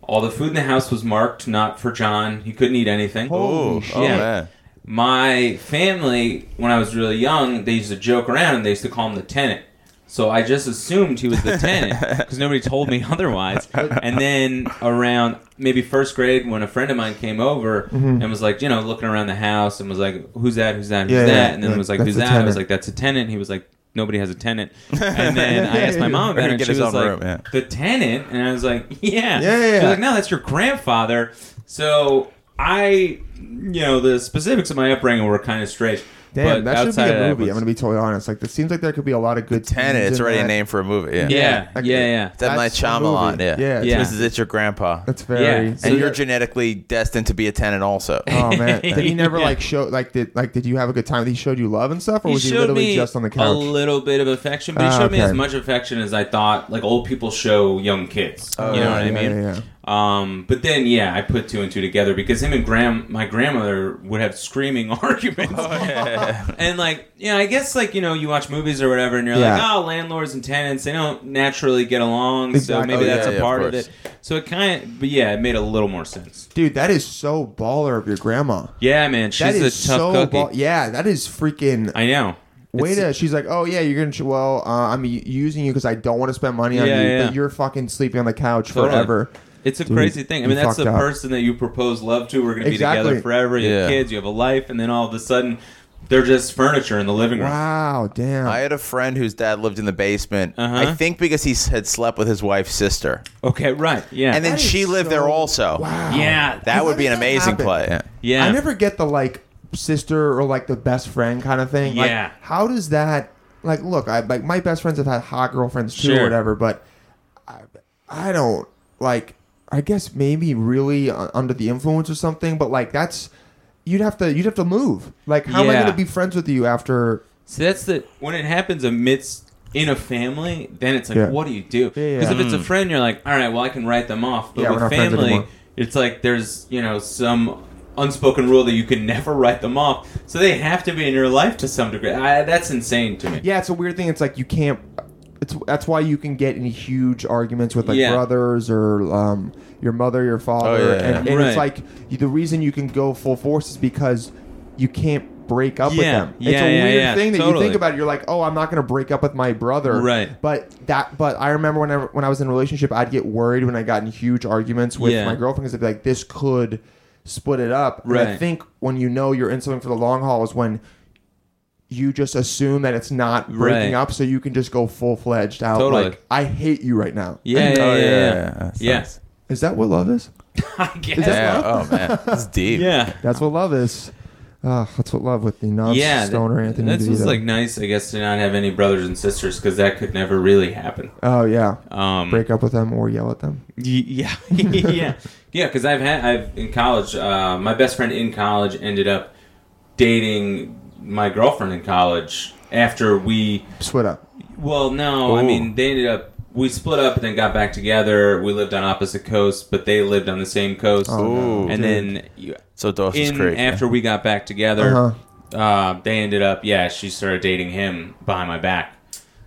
D: All the food in the house was marked not for John. He couldn't eat anything.
C: oh,
A: Holy
C: oh,
D: shit.
C: man.
D: My family, when I was really young, they used to joke around and they used to call him the tenant So I just assumed he was the tenant because nobody told me otherwise. And then around maybe first grade, when a friend of mine came over and was like, you know, looking around the house and was like, "Who's that? Who's that? Who's
A: Yeah,
D: that?"
A: yeah,
D: and then
A: yeah,
D: was like,
A: that's
D: "Who's
A: the
D: that?" I was
A: tenant.
D: like, "That's a tenant." He was like, "Nobody has a tenant." And then I asked my mom
C: Or
D: about
C: he
D: it, and
C: get
D: she
C: his
D: was
C: own
D: like,
C: room, yeah.
D: "The tenant," and I was like,
A: Yeah,
D: "Yeah."
A: yeah,
D: She was
A: yeah.
D: like, "No, that's your grandfather." So I, you know, the specifics of my upbringing were kind of strange.
A: Damn,
D: but
A: that should be
D: outside of
A: a movie.
D: was-
A: I'm gonna be totally honest. Like, it seems like there could be a lot of good.
C: Tenet.
A: scenes
C: It's
A: in
C: already
A: that.
C: a name for a movie. Yeah.
D: Yeah,
A: Yeah.
D: yeah, yeah.
C: That's M. Night
A: That's a movie.
C: Shyamalan. Yeah.
A: Yeah,
D: Yeah.
C: This is it's your grandpa.
A: That's very.
D: Yeah.
C: and
D: So
C: you're
D: that-
C: genetically destined to be a tenant also.
A: Oh man, did he never
D: Yeah.
A: like show like did like did you have a good time? He showed you love and stuff, or was he
D: showed
A: literally
D: me
A: just on the
D: A
A: couch?
D: little bit of affection, but he
A: Ah,
D: showed me
A: okay.
D: as much affection as I thought. Like old people show young kids. you know
A: yeah,
D: what I
A: Oh, yeah,
D: mean?
A: yeah, yeah.
D: Um, but then yeah, I put two and two together because him and Graham, my grandmother would have screaming arguments.
C: Oh,
D: and like, yeah, I guess like you know you watch movies or whatever, and you're like,
A: Yeah.
D: oh, landlords and tenants, they don't naturally get along,
A: Exactly.
D: so maybe
A: Oh,
D: that's
C: yeah,
D: a
C: yeah, of
D: part of,
C: course.
D: it. So it kind of, but yeah, it made a little more sense.
A: Dude, that is so baller of your grandma.
D: Yeah, man,
A: That
D: she's
A: is
D: a tough
A: so
D: cookie.
A: ball- yeah, that is freaking.
D: I know.
A: Way
D: It's-
A: to, she's like, oh yeah, you're gonna. ch- Well, uh, I'm u- using you because I don't want to spend money on
D: Yeah,
A: you,
D: yeah.
A: but you're fucking sleeping on the couch
D: Totally.
A: forever.
D: It's a
A: Dude,
D: crazy thing. I mean,
A: you
D: that's the
A: fucked up.
D: person that you propose love to. We're going to be
A: Exactly.
D: together forever. You have
C: Yeah.
D: kids, you have a life, and then all of a sudden, they're just furniture in the living room.
A: Wow, damn.
C: I had a friend whose dad lived in the basement.
D: Uh-huh.
C: I think because he s- had slept with his wife's sister,
D: Okay, right. Yeah.
C: and then
A: That
C: she
A: is
C: lived
A: so-
C: there also.
A: wow.
D: yeah.
C: That
A: How
C: would be
A: did
C: an
A: that
C: amazing
A: happen?
C: play. Yeah.
D: yeah.
A: I never get the like sister or like the best friend kind of thing. Like,
D: Yeah.
A: how does that like look? I like my best friends have had hot girlfriends too or
D: Sure.
A: whatever, but I, I don't like. I guess maybe really uh, under the influence or something, but like that's you'd have to you'd have to move. Like, how am I
D: Yeah.
A: going to be friends with you after?
D: So that's the when it happens amidst in a family, then it's like,
A: Yeah.
D: what do you do? Because
A: Yeah, yeah.
D: if it's a friend, you're like, all right, well, I can write them off. But
A: Yeah, we're
D: with
A: not friends
D: family,
A: anymore.
D: it's like there's you know some unspoken rule that you can never write them off. So they have to be in your life to some degree. I, that's insane to me.
A: Yeah, it's a weird thing. It's like you can't. It's that's why you can get in huge arguments with like
D: Yeah.
A: brothers or um, your mother, your father,
C: Oh, yeah,
A: and,
C: yeah.
A: and it's
D: Right.
A: like you, the reason you can go full force is because you can't break up
D: Yeah,
A: with them. it's
D: yeah,
A: a
D: yeah,
A: weird
D: yeah,
A: thing that you
D: totally.
A: think about. It, you're like, oh, I'm not going to break up with my brother,
D: Right.
A: But that, but I remember when I when I was in a relationship, I'd get worried when I got in huge arguments with
D: Yeah.
A: my girlfriend because I'd be like, this could split it up. And I
D: Right.
A: think when you know you're in something for the long haul is when you just assume that it's not breaking
D: Right.
A: up, so you can just go full fledged out.
D: Totally.
A: Like I hate you right now.
D: Yeah, yeah,
C: Oh,
D: yeah,
C: yeah,
D: yeah.
C: yeah, yeah. That
D: Yeah.
C: sucks.
A: Is that what love is?
D: I guess.
C: Yeah. Oh man, that's deep.
D: yeah.
A: That's what love is. Ah, that's what love with the non
D: yeah,
A: stoner
D: that-
A: Anthony
D: That's
A: DeVito.
D: what's like nice, I guess, to not have any brothers and sisters because that could never really happen.
A: oh yeah,
D: Um,
A: break up with them or yell at them.
D: y- yeah, yeah, yeah. Because I've had, I've in college, uh, my best friend in college ended up dating my girlfriend in college after we.
A: Split up.
D: Well, no,
C: Ooh.
D: I mean they ended up. We split up and then got back together. We lived on opposite coasts, but they lived on the same coast.
A: Oh,
C: no.
D: and
A: Dude.
D: then you,
C: So Dawson's
D: in
C: Creek. yeah.
D: after we got back together,
A: Uh-huh.
D: uh, they ended up, yeah, she started dating him behind my back.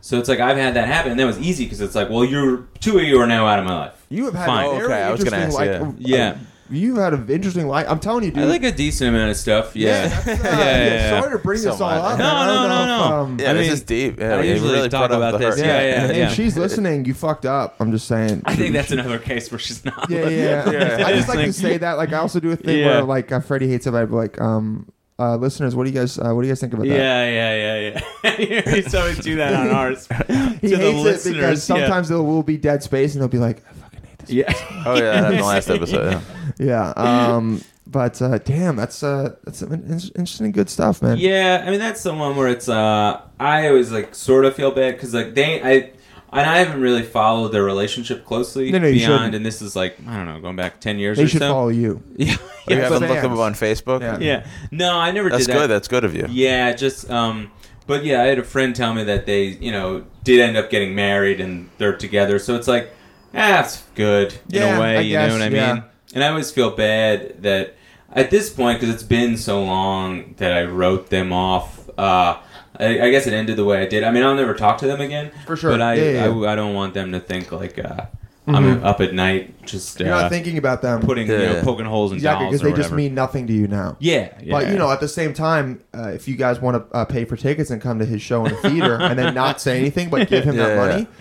D: So it's like I've had that happen, and that was easy because it's like, well, you're two of you are now out of my life.
A: You have had
D: Fine.
A: a
D: Oh,
A: very
C: okay, I was gonna
A: interesting
C: ask,
A: life-
D: yeah.
A: uh, you've had an interesting life. I'm telling you, dude.
D: I like a decent amount of stuff. Yeah,
A: that's, uh,
D: yeah, yeah, yeah.
A: Sorry to bring
C: So
A: this all
C: much.
A: up.
D: No,
A: I don't
D: no, no,
A: know if,
D: no.
A: um,
C: yeah,
D: I
C: this
D: mean,
C: is deep. Yeah,
D: I
C: you
D: usually
C: really
D: talk
C: brought up
D: about
C: the
D: this.
C: hurt.
D: Yeah, yeah,
A: and
D: yeah.
A: If she's listening, you fucked up. I'm just saying.
D: I think that's another case where she's not.
A: Yeah, yeah.
C: Yeah.
A: I just like to say that. Like, I also do a thing
D: Yeah.
A: where, like, uh, Freddie hates it. But I'd be like, um, uh, listeners, what do you guys, uh, what do you guys think about that?
D: Yeah, yeah, yeah, yeah. He's always do that on ours to
A: He
D: the
A: hates it
D: listeners.
A: because
D: yeah.
A: sometimes there will be dead space, and he'll be like, I fucking hate this.
D: yeah,
C: Oh yeah, that in the last episode. Yeah.
A: Yeah. Um, but uh, damn, that's uh, that's some in- interesting, good stuff, man.
D: Yeah, I mean that's the one where it's uh I always like sort of feel bad because like they I and I haven't really followed their relationship closely
A: No, no, you shouldn't.
D: beyond and this is like I don't know going back ten years
A: They
D: or
A: should
D: so.
A: follow Oh, you.
D: Yeah,
C: You
D: yeah,
C: haven't looked
A: fans.
C: him up on Facebook.
A: Yeah.
D: yeah. No, I never
C: That's
D: did
C: good.
D: that.
C: That's good of you.
D: Yeah, just um, but yeah, I had a friend tell me that they you know did end up getting married and they're together, so it's like ah, it's good in
A: Yeah,
D: a way.
A: I
D: you
A: guess,
D: know what I
A: yeah.
D: mean? And I always feel bad that at this point because it's been so long that I wrote them off. Uh, I, I guess it ended the way I did. I mean, I'll never talk to them again
A: For sure.
D: But I
A: Yeah, yeah,
D: I, I don't want them to think like uh, I'm up at night just
A: You're
D: uh,
A: not thinking about them.
D: putting you know,
C: Yeah.
D: poking holes in
A: exactly
D: dolls
A: because they
D: or
A: just
D: whatever.
A: mean nothing to you now.
D: yeah, yeah.
A: But you know, at the same time, uh, if you guys want to uh, pay for tickets and come to his show in the theater and then not say anything but give him
C: Yeah.
A: that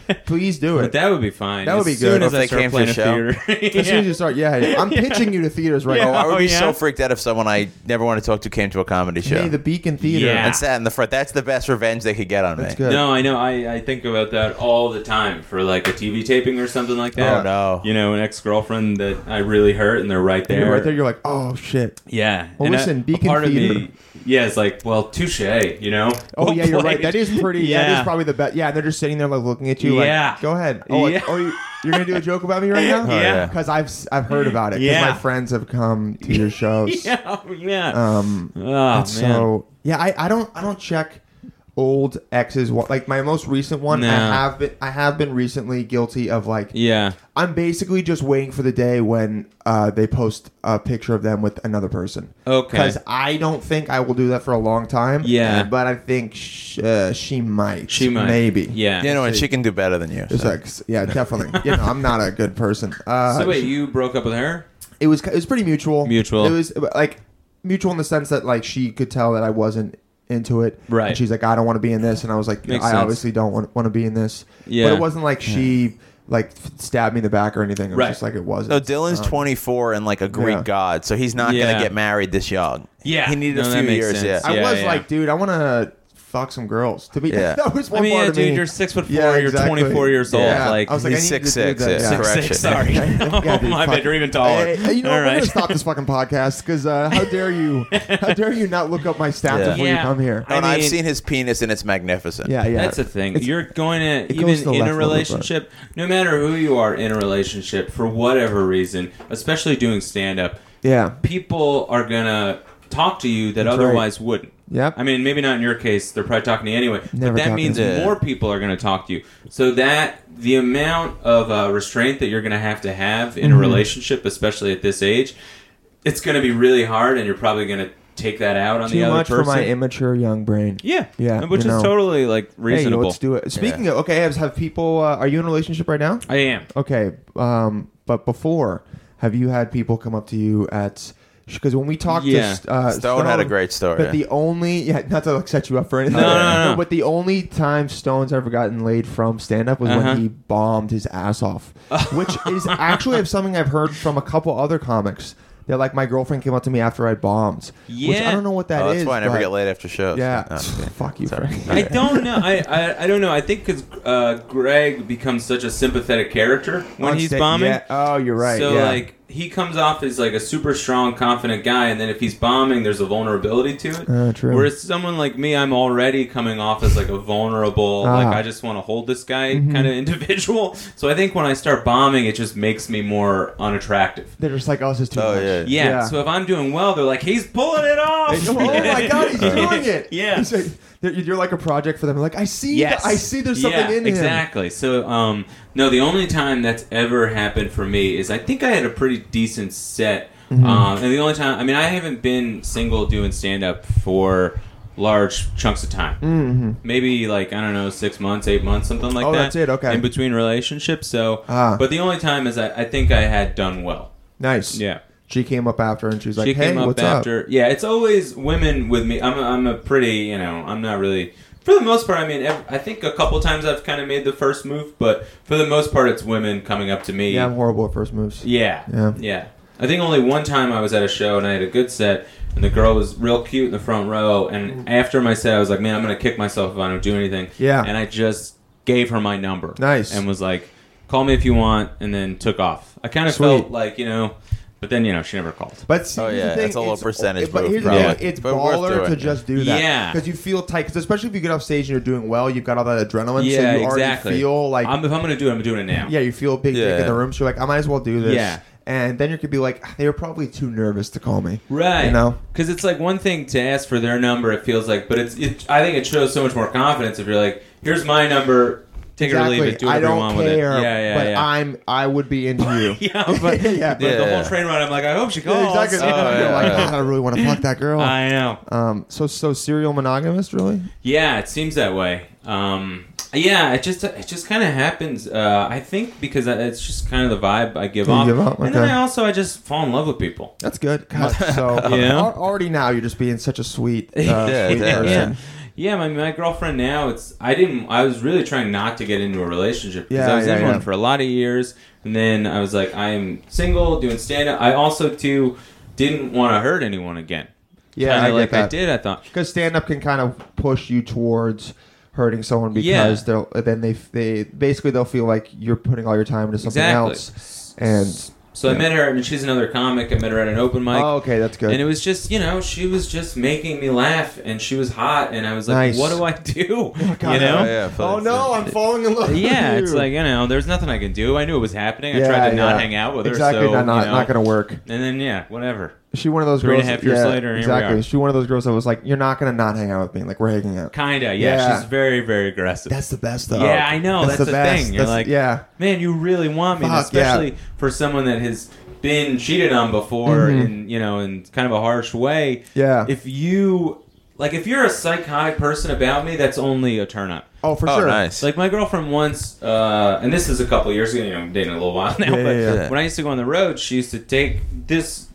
A: money, please do
D: But
A: it.
D: that would be fine.
A: That would be
D: as
A: good.
D: Soon as
C: If
D: I
C: they
D: start
C: came for
D: playing
C: the
D: a theater,
A: As soon as
D: Yeah.
A: you start, yeah, yeah. I'm pitching you to theaters right
C: Oh, I
A: now.
C: would
D: Oh,
C: be
D: yeah?
C: so freaked out if someone I never want to talk to came to a comedy show
A: Hey, the Beacon Theater.
D: Yeah.
C: and sat in the front. That's the best revenge they could get on
A: That's
C: me.
A: good.
D: No, I know. I, I think about that all the time for like a TV taping or something like that.
C: Oh, no.
D: You know, an ex girlfriend that I really hurt, and they're right
A: And
D: there.
A: you're right there. You're like, oh shit.
D: Yeah.
A: Well,
D: And a-
A: listen,
D: a
A: Beacon
D: part Of
A: Theater.
D: me, yeah, it's like, well, touche. You know.
A: Oh
D: Well
A: yeah, you're right.
D: played.
A: That is pretty. That
D: Yeah.
A: is probably the best. Yeah, and they're just sitting there like looking at you. like,
D: Yeah.
A: go ahead. Oh, like,
D: Yeah.
A: oh, you, you're gonna do a joke about me right now?
D: Yeah. yeah.
A: Because I've s- I've heard about it. Because
D: Yeah.
A: my friends have come to your shows.
D: Yeah. oh,
C: Uh,
D: Yeah.
A: Um.
D: oh man.
A: So yeah, I, I don't I don't check old exes. wa- Like my most recent one, I
D: No.
A: have been I have been recently guilty of like
D: yeah.
A: I'm basically just waiting for the day when uh, they post a picture of them with another person.
D: Okay.
A: Because I don't think I will do that for a long time.
D: Yeah.
A: But I think sh- uh, she might.
D: She might.
A: Maybe.
D: Yeah.
C: You know, and she can do better than you.
A: It's
C: so.
A: like, s- yeah, definitely. you know, I'm not a good person. Uh,
D: So wait, you broke up with her?
A: it was it was pretty mutual.
D: Mutual.
A: It was uh, like mutual in the sense that like she could tell that I wasn't into it.
D: Right.
A: And she's like, I don't want to be in this, and I was like,
D: Makes
A: I
D: sense.
A: obviously don't want, want to be in this.
D: Yeah.
A: But it wasn't like she like f- stabbed me in the back or anything. It was
D: Right.
A: just like it wasn't.
C: No, Dylan's
A: Um,
C: 24 and like a Greek
A: yeah.
C: god, so he's not
D: Yeah.
C: gonna get married this young.
D: Yeah.
C: he needed
D: No,
C: a
D: that
C: few
D: makes
C: years.
D: sense.
C: Yeah,
A: I
D: Yeah,
A: was
D: yeah.
A: like, dude, I want to fuck some girls. To be
C: Yeah.
A: that was
D: I
A: one
D: mean, yeah,
A: part
D: dude,
A: of me.
D: you're six foot four.
A: Yeah,
D: you're
A: exactly.
D: 24 years old.
C: Yeah.
D: Like,
A: I was like,
C: He's
A: I need to do
C: 6'6",,
A: that.
C: yeah.
A: Yeah.
D: six,
C: Correction.
D: six, sorry. Oh,
A: Yeah, dude,
D: my
A: fuck.
D: bad, you're even taller.
A: Hey, hey, you know,
D: All
A: what? we're
D: right.
A: gonna stop this fucking podcast because uh, how dare you, how dare you not look up my stats
C: Yeah.
A: before you
D: Yeah.
A: come here?
C: No, and
D: I
C: I've
D: mean-
C: seen his penis and it's magnificent.
A: Yeah, yeah.
D: That's the thing.
A: It's-
D: You're going to
A: it goes to the left a
D: even in a
A: little bit.
D: relationship, no matter who you are in a relationship, for whatever reason, especially doing stand up,
A: yeah.
D: people are gonna talk to you that
A: That's right.
D: otherwise wouldn't.
A: Yep.
D: I mean, maybe not in your case. They're probably talking to you anyway.
A: Never
D: but that
A: talking
D: means
A: to
C: you.
D: more people are going to talk to you. So that the amount of uh, restraint that you're going to have to have
A: Mm-hmm.
D: in a relationship, especially at this age, it's going to be really hard, and you're probably going to take that out on
A: Too
D: the other
A: much
D: person.
A: for my immature young brain.
D: yeah,
A: Yeah,
D: which
A: you
D: is
A: know.
D: totally like
A: Hey,
D: reasonable.
A: let's do it. Speaking of, okay, have, have people? Uh, are you in a relationship right now?
D: I am.
A: Okay, um, but before, have you had people come up to you at? Because when we talked,
D: Yeah.
A: to, uh,
C: Stone had a great story.
A: But the only, yeah, not to like set you up for anything.
D: No, no, no, no.
A: But the only time Stone's ever gotten laid from stand up was
D: Uh-huh.
A: when he bombed his ass off, which is actually something I've heard from a couple other comics. That like my girlfriend came up to me after I bombed. which I
D: Yeah.
A: don't know what that is.
C: oh, that's why I never
A: but-
C: get laid after shows.
A: Yeah.
C: No, I'm kidding.
A: Fuck you,
C: Sorry.
A: Frank.
D: I don't know. I, I, I don't know. I think because uh, Greg becomes such a sympathetic character when
A: On
D: he's
A: sta-
D: bombing.
A: yeah. Oh, you're right.
D: So
A: yeah.
D: like he comes off as like a super strong, confident guy, and then if he's bombing, there's a vulnerability to it.
A: Uh, true.
D: Whereas someone like me, I'm already coming off as like a vulnerable,
A: Ah. Mm-hmm.
D: like I just want to hold this guy kind of individual. So I think when I start bombing, it just makes me more unattractive.
A: they're just like, oh, this is too
C: Oh,
A: much.
C: yeah.
D: Yeah. So if I'm doing well, they're like, he's pulling it off.
A: oh my god, he's doing it.
D: Uh-huh. Yeah.
A: He's like, they're- you're like a project for them. Like I see,
D: Yes.
A: I see. There's something
D: yeah,
A: in him.
D: Exactly. So, um, no, the only time that's ever happened for me is I think I had a pretty decent set.
A: Mm-hmm.
D: Um, and the only time, I mean, I haven't been single doing stand up for large chunks of time.
A: Mm-hmm.
D: Maybe like, I don't know, six months, eight months, something like
A: Oh,
D: that.
A: that's it, okay.
D: In between relationships. So,
A: Ah.
D: but the only time is I, I think I had done well.
A: Nice.
D: Yeah.
A: She came up after and she was like,
D: she
A: "Hey,
D: came up
A: what's
D: after. Yeah, it's always women with me. I'm a, I'm a pretty, you know, I'm not really. For the most part, I mean, ev I think a couple times I've kind of made the first move, but for the most part, it's women coming up to me.
A: Yeah, I'm horrible at first moves.
D: Yeah.
A: Yeah.
D: Yeah. I think only one time I was at a show and I had a good set, and the girl was real cute in the front row. And after my set, I was like, man, I'm going to kick myself if I don't do anything.
A: Mm. Yeah.
D: And I just gave her my number.
A: Nice.
D: And was like, call me if you want, and then took off. I kind of
A: Sweet.
D: felt like, you know, but then, you know, she never called.
A: But see,
C: Oh,
A: here's
C: yeah,
A: the thing,
C: that's a little
A: it's-
C: percentage
A: But
C: move,
A: here's the
C: probably.
A: thing: it's
C: But worth
A: baller
C: doing
A: to
C: it.
A: just do that.
D: Yeah.
A: because you feel tight. Because especially if you get off stage and you're doing well, you've got all that adrenaline. so
D: Yeah,
A: you already
D: exactly.
A: feel like
D: I'm, if I'm gonna do it, I'm doing it now.
A: yeah, you feel a big dick
C: Yeah.
A: in the room. So you're like, I might as well do this.
D: Yeah.
A: and then you could be like, they were probably too nervous to call me.
D: right.
A: You know.
D: because it's like one thing to ask for their number. It feels like, but it's. It, I think it shows so much more confidence if you're like, "Here's my number, take it or leave it, do
A: I
D: whatever you
A: don't
D: want with it."
A: care.
D: Yeah, yeah,
A: but
D: yeah.
A: I'm. I would be into you.
D: yeah, but,
A: Yeah.
D: but the
C: Yeah.
D: whole train ride, I'm like, I hope she calls.
A: Yeah, exactly.
C: Oh,
A: You're
C: yeah,
A: like,
C: yeah.
A: "Oh, I really want to fuck that girl.
D: I know.
A: um. So so serial monogamous, really?
D: Yeah, it seems that way. Um, Yeah, it just it just kind of happens. Uh, I think because I- it's just kind of the vibe I give
A: You
D: off.
A: give up?
D: And then
A: Okay.
D: I also I just fall in love with people.
A: That's good. God, so uh,
D: Yeah.
A: al- already now you're just being such a sweet, uh,
C: Yeah,
A: sweet
C: yeah.
A: person.
D: Yeah. Yeah, my my girlfriend now. It's I didn't. I was really trying not to get into a relationship because
A: Yeah,
D: I was
A: yeah,
D: in
A: yeah.
D: one for a lot of years, and then I was like, I'm single, doing stand up. I also too didn't want to hurt anyone again.
A: Yeah,
D: Kinda
A: I get
D: like I
A: that.
D: did. I thought
A: Because stand up can kind of push you towards hurting someone
D: Yeah.
A: because they'll then they they basically they'll feel like you're putting all your time into something
D: exactly.
A: else. And
D: so I met her, and she's another comic. I met her at an open mic.
A: oh, okay, that's good.
D: And it was just, you know, she was just making me laugh, and she was hot, and I was like,
A: Nice. Oh
D: "What do I do?"
A: God,
D: you
A: yeah,
D: know?
C: yeah, I feel
A: oh
C: like
A: no, I'm falling in love.
D: Yeah,
A: with you.
D: it's like you know, there's nothing I can do. I knew it was happening. I tried to not hang out with her.
A: Exactly,
D: so,
A: not not,
D: you know,
A: not gonna work.
D: And then yeah, whatever.
A: She one of those
D: Three
A: girls.
D: and a half years
A: yeah,
D: later, here we
A: exactly.
D: are.
A: She one of those girls that was like, "You're not gonna not hang out with me. Like we're hanging out."
D: Kinda, yeah.
A: Yeah.
D: She's very, very aggressive.
A: That's the best though.
C: Oh,
D: Yeah, I know, that's the thing. You're like-
A: yeah,
D: Man, you really want me, and
A: Fuck, yeah.
D: especially for someone that has been cheated on before,
A: Mhm.
D: in you know, in kind of a harsh way.
A: yeah.
D: If you like, if you're a psychotic person about me, that's only a turn up.
A: oh, for
C: Oh,
A: sure.
C: nice.
D: Like my girlfriend once, uh, and this is a couple years ago. You know, I'm dating a little while now,
A: Yeah,
D: but
A: yeah,
C: yeah.
D: when I used to go on the road, she used to take this,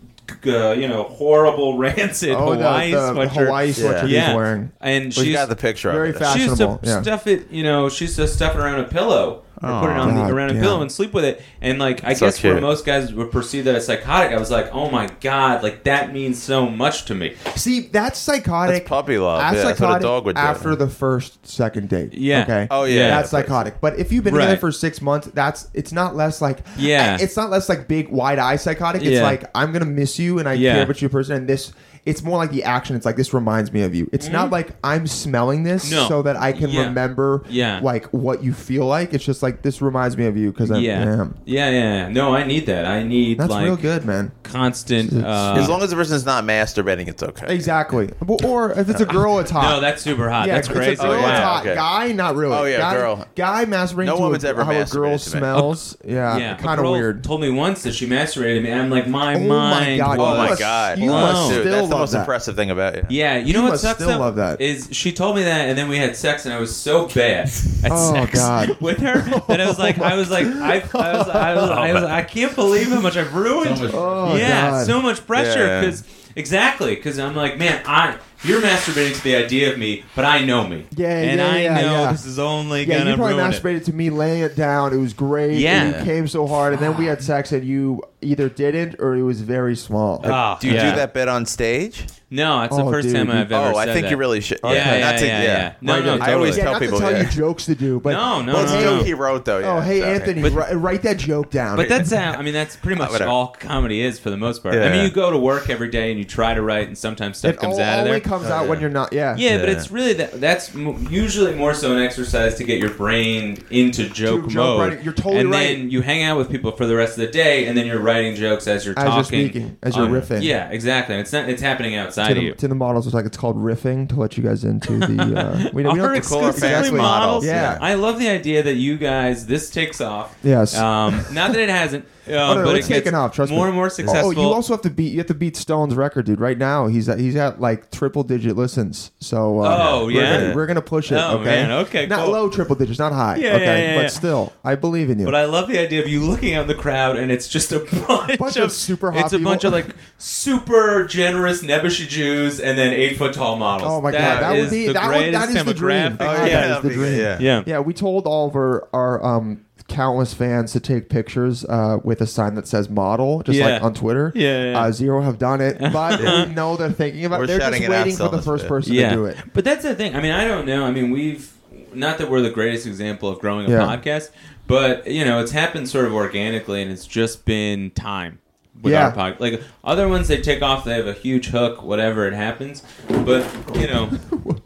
D: uh, you know, horrible rancid
A: Oh,
D: Hawaii
A: the, the
D: sweatshirt,
A: Hawaii sweatshirt
C: Yeah.
A: he's
D: Yeah.
A: wearing.
D: and
C: we
D: she
C: got the picture
A: very
C: of it.
A: fast.
D: she used to
A: fashionable, yeah.
D: stuff it. You know, she used to stuff it around a pillow. Or put it on
A: Aw.
D: the, around a
A: Oh, God
D: pillow
A: damn.
D: and sleep with it, and like I
C: So
D: guess where
C: cute.
D: most guys would perceive that as psychotic, I was like, oh my god, like that means so much to me.
A: See, that's psychotic.
C: That's puppy love.
A: That's
C: yeah,
A: psychotic
C: Oh, that's what a dog would do.
A: after the first second date.
D: Yeah.
A: Okay.
C: Oh, yeah.
A: That's psychotic. But if you've been together
D: Right.
A: for six months, that's it's not less like
D: Yeah.
A: It's not less like big wide eye psychotic. It's
D: Yeah.
A: like I'm gonna miss you and I
D: Yeah.
A: care about you, person. And this, it's more like the action. It's like this reminds me of you. It's not like I'm smelling this
D: Mm. No.
A: so that I can
D: Yeah.
A: remember
D: Yeah.
A: like what you feel like. It's just like this reminds me of you because I'm.
D: yeah.
A: Yeah.
D: yeah, yeah. No, I need that. I need
A: That's
D: like
A: real good, man.
D: constant. Uh,
C: as long as the person's not masturbating, it's okay.
A: Exactly. Or if it's a girl, it's hot.
D: no, that's super hot.
A: Yeah,
D: that's
A: it's a
D: crazy.
A: girl,
C: Oh,
A: it's
C: yeah.
A: hot.
C: Okay.
A: Guy, not really.
C: Oh, yeah,
A: guy,
C: girl.
A: Guy masturbating
C: No
A: to
C: woman's
A: a,
C: ever
A: how a girl
C: masturbated to me.
A: smells.
C: Uh,
A: Yeah,
D: Yeah,
A: kind of
D: girl
A: weird.
D: Told me once that she masturbated me, and I'm like, my
A: Oh my
D: mind.
A: God,
C: Oh
D: was-
A: You
C: my
A: must-
C: god,
A: you
C: Oh,
A: must
C: dude,
A: still
C: that's the
A: love
C: most
A: that.
C: impressive thing about you.
D: Yeah, you know what
A: must
D: sucks?
A: still
D: though,
A: love that.
D: is she told me that, and then we had sex, and I was so bad at
A: Oh,
D: sex
A: God.
D: with her that I was like, I was like, I, I was, I was, I, was, I, was, I can't believe how much I've ruined.
A: Oh
D: yeah,
A: God.
D: so much pressure
C: Yeah.
D: because exactly because I'm like, man, I you're masturbating to the idea of me, but I know me.
A: Yeah,
D: and
A: yeah,
D: I
A: yeah,
D: know
A: yeah.
D: this is only
A: yeah,
D: gonna
A: you probably
D: ruin it.
A: masturbated to me laying it down. It was great. and
D: Yeah.
A: you came so hard, and then we had sex, and you either didn't or it was very small.
D: Ah,
C: Do you
D: yeah.
C: do that bit on stage?
D: No, that's
A: Oh,
D: the first
A: dude,
D: time
A: you-
D: I've ever
C: oh, I
D: said
C: think
D: that.
C: you really should.
D: Yeah, yeah,
C: not to,
D: yeah, yeah. No,
C: My-
D: no,
C: I always
D: totally.
A: yeah,
C: tell
A: not
C: people.
A: to tell
C: yeah.
A: you jokes to do, but
D: No, no,
A: but
C: Well,
D: no,
A: hey,
D: no.
C: still, he wrote though. Yeah,
A: oh hey
C: so-
A: Anthony,
D: But-
A: wri- write that joke down.
D: But that's how, I mean, that's pretty much
C: Whatever.
D: all comedy is for the most part.
C: Yeah.
D: I mean, you go to work every day and you try to write, and sometimes stuff
A: it
D: comes
A: all,
D: out of
A: only
D: there.
A: comes
C: Oh,
A: out when
C: yeah.
A: you're not. Yeah,
D: yeah, but
C: Yeah.
D: it's really that. That's m- usually more so an exercise to get your brain into joke
A: joke
D: mode.
A: writing. You're totally
D: and
A: right.
D: then you hang out with people for the rest of the day, and then you're writing jokes as you're
A: As
D: talking,
A: you're speaking, as you're
D: on-
A: riffing.
D: Yeah, exactly. It's not. It's happening outside
A: to
D: of
A: the,
D: you.
A: to the models it's like it's called riffing to let you guys into the uh, we, we
D: Our
A: don't
C: call our
D: exclusively
C: fans
A: Exactly.
D: models.
A: Yeah.
D: I love the idea that you guys this takes off.
A: Yes.
D: Um, not that it hasn't, uh,
A: no,
D: but
A: it's
D: it gets
A: taken off, trust
D: more
A: me.
D: and more successful.
A: Oh, you also have to beat you have to beat Stone's record, dude. Right now, he's at, he's at like triple digit listens. So uh,
D: Oh,
A: we're
D: yeah.
A: gonna, we're gonna push it.
D: Oh,
A: okay,
D: man, okay,
A: not
D: cool.
A: low triple digits, not high.
D: Yeah,
A: okay,
D: yeah, yeah,
A: but
D: yeah.
A: still, I believe in you.
D: But I love the idea of you looking out in the crowd and it's just a bunch,
A: Bunch of
D: of,
A: super hot
D: It's a bunch of
A: people.
D: like super generous Nebuchadnezzar Jews and then eight foot tall models.
A: oh my god, that
D: is
A: would be
D: the
A: that, would,
D: greatest
A: that is the dream.
D: demographic.
A: God, that
C: yeah,
A: is the
C: that'd be-
A: dream.
C: yeah.
D: yeah.
A: Yeah, we told all of our, our um, countless fans to take pictures uh, with a sign that says model, just like
D: Yeah.
A: on Twitter.
D: Yeah, yeah.
A: Uh, zero have done it, but we know they're thinking about
C: We're
A: it. They're
C: shouting
A: just
C: it out
A: waiting
C: still
A: for the
C: on this
A: first
C: bit.
A: person to do it.
D: But that's the thing. I mean, I don't know. I mean, we've not that we're the greatest example of growing a
A: Yeah.
D: podcast, but you know, it's happened sort of organically, and it's just been time with
A: Yeah.
D: our podcast. Like other ones, they take off, they have a huge hook, whatever it happens. But you know,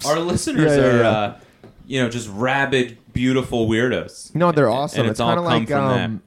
D: our listeners
A: Yeah, yeah,
D: are,
A: yeah.
D: Uh, you know, just rabid, beautiful weirdos.
A: No, they're
D: And-
A: awesome.
D: And
A: it's
D: it's, all
A: kind of
D: come
A: like
D: from
A: um,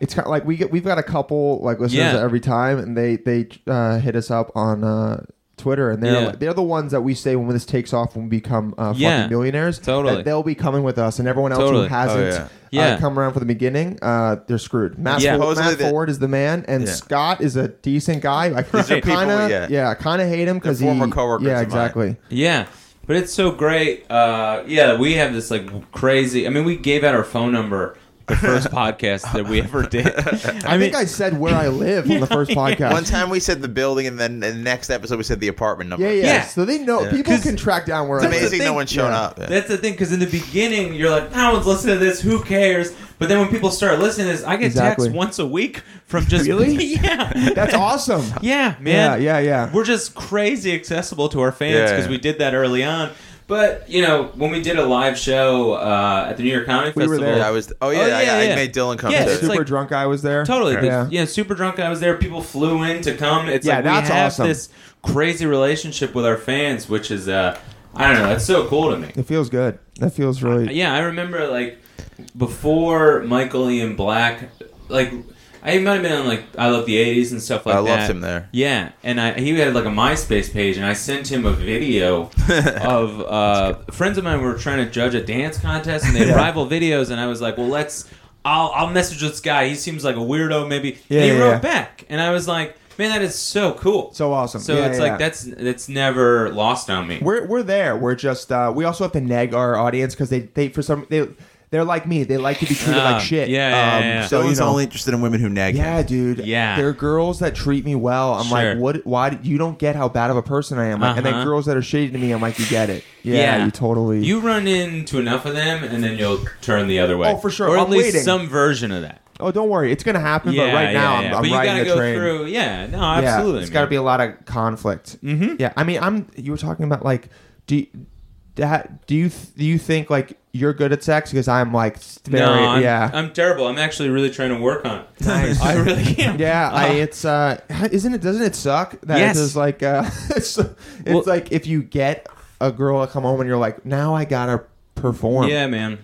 A: it's kind of like we get we've got a couple like listeners
D: Yeah.
A: every time, and they they uh, hit us up on. Uh, Twitter and they're
D: Yeah.
A: they're the ones that we say when this takes off when we become uh,
D: Yeah.
A: fucking millionaires
D: Totally.
A: that they'll be coming with us and everyone else
D: Totally. Oh,
A: who hasn't
C: yeah.
A: Uh,
D: Yeah.
A: come around for the beginning uh, they're screwed Matt,
D: Yeah.
A: Fo-
C: Supposedly
A: Matt
C: the-
A: Ford is the man and
C: Yeah.
A: Scott is a decent guy I
C: are people,
A: kind of
C: yeah.
A: yeah I kind of hate him because
C: They're former
A: he
C: coworkers
A: yeah
C: of mine.
A: exactly
D: that. Yeah. But it's so great. Uh, yeah, we have this like crazy. I mean, we gave out our phone number the first podcast that we ever did.
A: I, think I said where I live on the first podcast.
C: One time we said the building, and then the next episode we said the apartment number.
A: yeah, yeah,
D: Yeah.
A: So they know
C: Yeah.
A: people
D: 'Cause
A: can track down where
C: It's
A: I live.
C: amazing
D: thing.
C: no one showed
A: Yeah.
C: up. Yeah.
D: That's the thing, because in the beginning you're like, no one's listening to this. Who cares? But then when people start listening to this, I get
A: Exactly.
D: texts once a week from just
A: Really?
D: yeah,
A: That's awesome.
D: yeah, man,
A: Yeah, yeah, yeah.
D: We're just crazy accessible to our fans
C: Yeah.
D: because we did that early on. But you know, when we did a live show uh, at the New York Comedy
A: We were
D: Festival,
A: there.
C: I was. Oh yeah,
D: Oh, yeah,
C: I, I
D: yeah.
C: made Dylan come
D: Yeah,
C: to
D: it's
C: it.
A: Super
D: like-
A: drunk guy was there.
D: Totally.
A: Yeah.
D: Yeah. yeah, super drunk. I was there. People flew in to come. It's
A: Yeah,
D: like
A: that's
D: we have
A: awesome.
D: this crazy relationship with our fans, which is uh, I don't know. It's so cool to me.
A: It feels good. That feels really.
D: Yeah, I remember like before Michael Ian Black, like I might have been on like I love the '80s and stuff like
C: I
D: that.
C: loved him there.
D: Yeah, and I, he had like a MySpace page, and I sent him a video of uh, friends of mine were trying to judge a dance contest, and they had rival videos, and I was like, well, let's. I'll, I'll message this guy. He seems like a weirdo, maybe.
A: Yeah,
D: and he
A: yeah,
D: wrote
A: yeah.
D: back, and I was like, "Man, that is so cool."
A: So awesome.
D: So
A: Yeah,
D: it's
A: yeah,
D: like
A: yeah.
D: that's that's never lost on me.
A: We're we're there. We're just uh, we also have to nag our audience because they they for some they they're like me. They like to be treated
D: Ah,
A: like shit. Um,
D: yeah, yeah, yeah, yeah.
A: So you
C: Dylan's
A: know,
C: only interested in women who nag him.
A: yeah, dude.
D: Yeah.
A: there are girls that treat me well. I'm
D: Sure.
A: like, what? Why do, you don't get how bad of a person I am? Like, And then
D: Uh-huh.
A: girls that are shitty to me, I'm like, you get it. Yeah, you totally.
D: You run into enough of them, and then you'll turn the other way.
A: Oh, for sure.
D: Or at
A: I'm
D: least
A: waiting.
D: some version of that.
A: oh, don't worry, it's gonna happen.
D: yeah,
A: but right
D: yeah,
A: now,
D: yeah.
A: I'm,
D: but
A: I'm
D: you
A: riding
D: gotta
A: the
D: go
A: train.
D: through. Yeah, no,
A: Yeah,
D: absolutely.
A: it's got to
D: man.
A: be a lot of conflict. Mm-hmm. Yeah, I mean, I'm. You were talking about like, do you, that? Do you th- do you think like you're good at sex? Because I'm like very
D: no, I'm,
A: yeah.
D: I'm terrible. I'm actually really trying to work on it.
A: Nice.
D: I really am.
A: yeah, I,
D: Uh,
A: it's uh, isn't it? Doesn't it suck that
D: Yes.
A: it's just like uh, it's, it's
D: Well-
A: like if you get a girl to come home and you're like, now I gotta perform.
D: Yeah, man.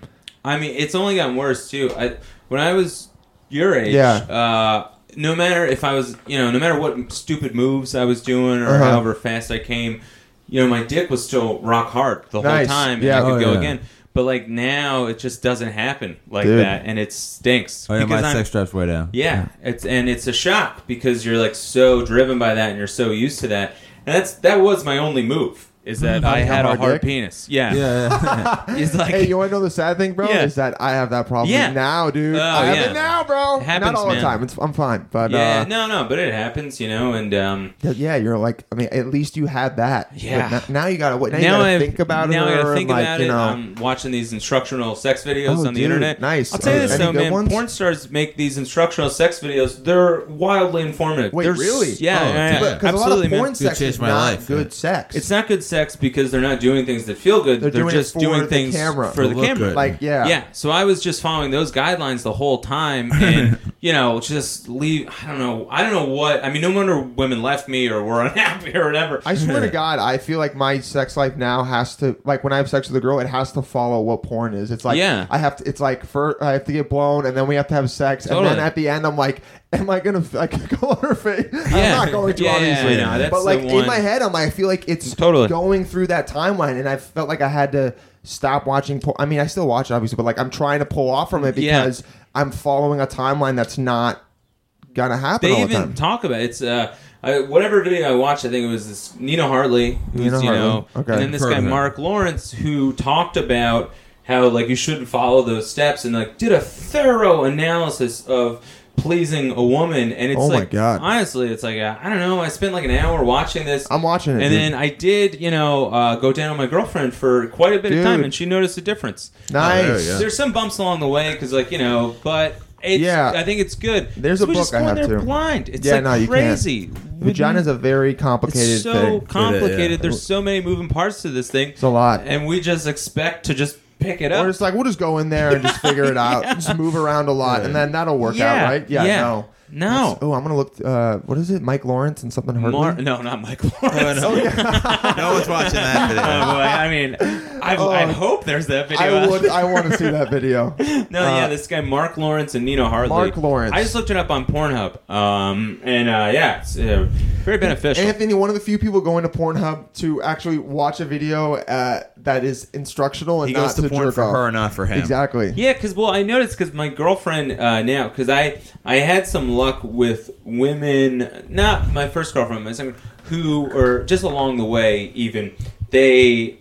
D: I mean, it's only gotten worse too. I when I was your age,
A: Yeah.
D: uh, no matter if I was, you know, no matter what stupid moves I was doing or
A: Uh-huh.
D: however fast I came, you know, my dick was still rock hard the
A: Nice.
D: whole time,
A: Yeah.
D: and I could
A: Oh,
D: go
E: yeah.
D: again. But like now, it just doesn't happen like
A: Dude.
D: that, and it stinks
E: Oh yeah, my
D: I'm-
E: sex drive's way down.
D: yeah, it's and it's a shock because you're like so driven by that and you're so used to that. And that's that was my only move is that I
A: Having a
D: had a
A: hard
D: hard
A: dick?
D: penis. Yeah.
E: Mm-hmm. yeah.
D: It's like
A: Hey, you want to know the sad thing, bro?
D: Yeah.
A: Is that I have that problem
D: Yeah.
A: now, dude.
D: Oh,
A: I have
D: yeah.
A: it now, bro.
D: It happens,
A: Not all the
D: man.
A: time. It's, I'm fine, but
D: Yeah,
A: uh,
D: no, no, but it happens, you know, and um
A: Yeah, Yeah, you're like, I mean, at least you had that. But
D: Yeah.
A: no- Now, you gotta what? Now, you gotta
D: I've-
A: think about
D: now
A: it.
D: I gotta think
A: like,
D: about
A: you
D: it. um,
A: know,
D: I'm watching these instructional sex videos
A: Oh,
D: on the
A: dude,
D: internet.
A: nice.
D: I'll tell you
A: Are
D: this
A: there
D: though,
A: any good
D: man.
A: ones?
D: Porn stars make these instructional sex videos. They're wildly informative.
A: Wait,
D: They're
A: really?
D: s- Yeah,
E: Oh,
D: yeah, yeah,
E: dude.
A: But- 'cause a lot
D: absolutely,
A: of
D: man.
A: porn sex
E: changed
A: is
E: my
A: not
E: life,
A: good
E: yeah.
A: sex.
D: It's not good sex because they're not doing things that feel good.
A: They're
D: They're,
A: doing it
D: just
A: for
D: doing
A: the
D: things
A: camera.
D: for the
E: To look
D: camera.
E: good.
A: like, yeah,
D: Yeah, so I was just following those guidelines the whole time, and you know, just leave. I don't know. I don't know what. I mean, no wonder women left me or were unhappy or whatever.
A: I swear to God, I feel like my sex life now has to like when I have sex with a girl, it has to follow what porn is. It's like
D: Yeah.
A: I have to. It's like first I have to get blown, and then we have to have sex, and
D: Totally.
A: then at the end, I'm like, am I gonna like go on her face?
D: Yeah.
A: I'm not going to
D: Yeah, yeah,
A: obviously,
D: yeah, I know. That's
A: but
D: the
A: like in
D: one.
A: my head, I'm like, I feel like it's
D: Totally.
A: going through that timeline, and I felt like I had to stop watching. Por- I mean, I still watch it, obviously, but like I'm trying to pull off from it
D: Yeah.
A: because I'm following a timeline that's not gonna happen
D: they
A: all the
D: even
A: time.
D: talk about it. it's uh I, whatever video I watched. I think it was this Nina Hartley, who's
A: Nina
D: you know,
A: Hartley. Okay.
D: and then this
E: Heard
D: guy
E: of her.
D: Mark Lawrence, who talked about how like you shouldn't follow those steps, and like did a thorough analysis of pleasing a woman. And it's
A: Oh my
D: like,
A: God.
D: honestly, it's like uh, I don't know. I spent like an hour watching this.
A: I'm watching it,
D: and
A: dude.
D: then I did, you know, uh, go down on my girlfriend for quite a bit
A: Dude.
D: of time, and she noticed a difference.
E: Oh,
A: nice.
E: there you go.
D: There's some bumps along the way because, like you know, but it's,
A: Yeah.
D: I think it's good.
A: There's a
D: People just
A: book I
D: go in
A: have
D: there
A: too.
D: Blind. It's
A: Yeah,
D: like
A: no, you can't.
D: crazy.
A: Vagina's a very complicated
D: It's so
A: thing.
D: complicated.
E: It is, yeah.
D: There's so many moving parts to this thing.
A: It's a lot.
D: and we just expect to just pick it up.
A: We're just like, we'll just go in there and just figure it out. Just move around a lot, and then that'll work out, right? Yeah, no.
D: no,
A: Oh, I'm gonna look. Uh, what is it? Mike Lawrence and something Hartley.
D: Mar- no, not Michael
C: No,
D: Lawrence.
A: Oh,
C: no. no one's watching that video.
D: Oh, boy. I mean, I, I hope there's that video.
A: Oh. I
D: out
A: would. I want to see that video. Uh,
D: No, yeah, this guy Mark Lawrence and Nina Hartley.
A: Mark Lawrence.
D: I just looked it up on Pornhub. Um, and uh, yeah, it's uh, very beneficial.
A: Anthony, one of the few people going to Pornhub to actually watch a video uh, that is instructional and
C: He
A: not
C: goes to porn
A: jerk
C: for
A: off.
C: her, not for him.
A: Exactly.
D: Yeah, because well, I noticed because my girlfriend uh, now, because I I had some luck with women, not my first girlfriend, my second, who or just along the way, even they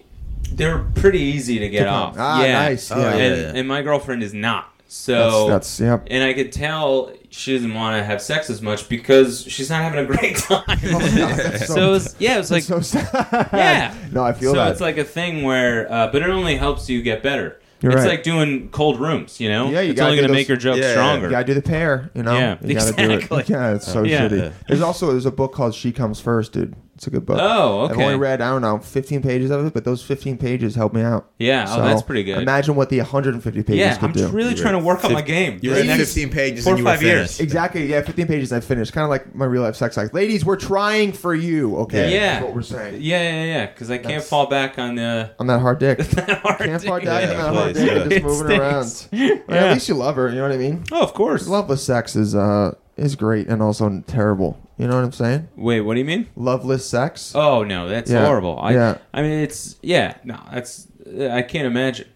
D: they're pretty easy to get
A: To pump.
D: off.
A: Ah,
D: yeah.
A: nice. Yeah.
D: And,
C: yeah, yeah.
D: and my girlfriend is not. So
A: That's- that's- yep.
D: And I could tell she doesn't want to have sex as much because she's not having a great time.
A: Oh, God, that's
D: so,
A: so-
D: it was, yeah, it was like
A: so sad.
D: yeah.
A: No, I feel
D: so
A: that.
D: it's like a thing where, uh, but it only helps you get better.
A: You're
D: it's
A: right.
D: like doing cold rooms, you know.
A: Yeah, you
D: it's
A: gotta
D: only
A: do
D: going to
A: those-
D: make your joke
C: Yeah, yeah,
A: you
D: stronger.
A: gotta do the pair, you know.
D: Yeah,
A: you gotta
D: exactly.
A: do it. Yeah, it's so
D: Yeah.
A: shitty. There's also there's a book called She Comes First, dude. It's a good book.
D: Oh,
A: I've
D: okay.
A: only read I don't know 15 pages of it, but those 15 pages helped me out.
D: Yeah, oh, that's pretty good.
A: Imagine what the 150 pages
D: yeah,
A: could
D: I'm
A: do.
D: really trying to work on my game.
C: You
D: for
C: read
D: the next
C: 15 pages
D: four
C: and you
D: or
C: were
D: five years.
C: finished.
A: Exactly. Yeah, 15 pages. I finished. Kind of like my real life sex life. Ladies, we're trying for you. Okay.
D: Yeah.
A: That's what we're saying.
D: Yeah, yeah, yeah. Because I can't
A: That's-
D: fall back on the.
A: I'm that hard dick. Can't
D: Can't
A: fall down.
C: Yeah,
A: I'm that hard
C: please,
A: dick.
C: yeah.
A: I'm Just
D: It
A: moving
D: stinks.
A: around. Well,
D: Yeah.
A: At least you love her. You know what I mean?
D: Oh, of course.
A: Loveless sex is uh is great and also terrible. You know what I'm saying?
D: Wait, what do you mean?
A: Loveless sex.
D: Oh no, that's
A: Yeah.
D: horrible. I,
A: Yeah.
D: I mean, it's yeah. No, that's I can't imagine.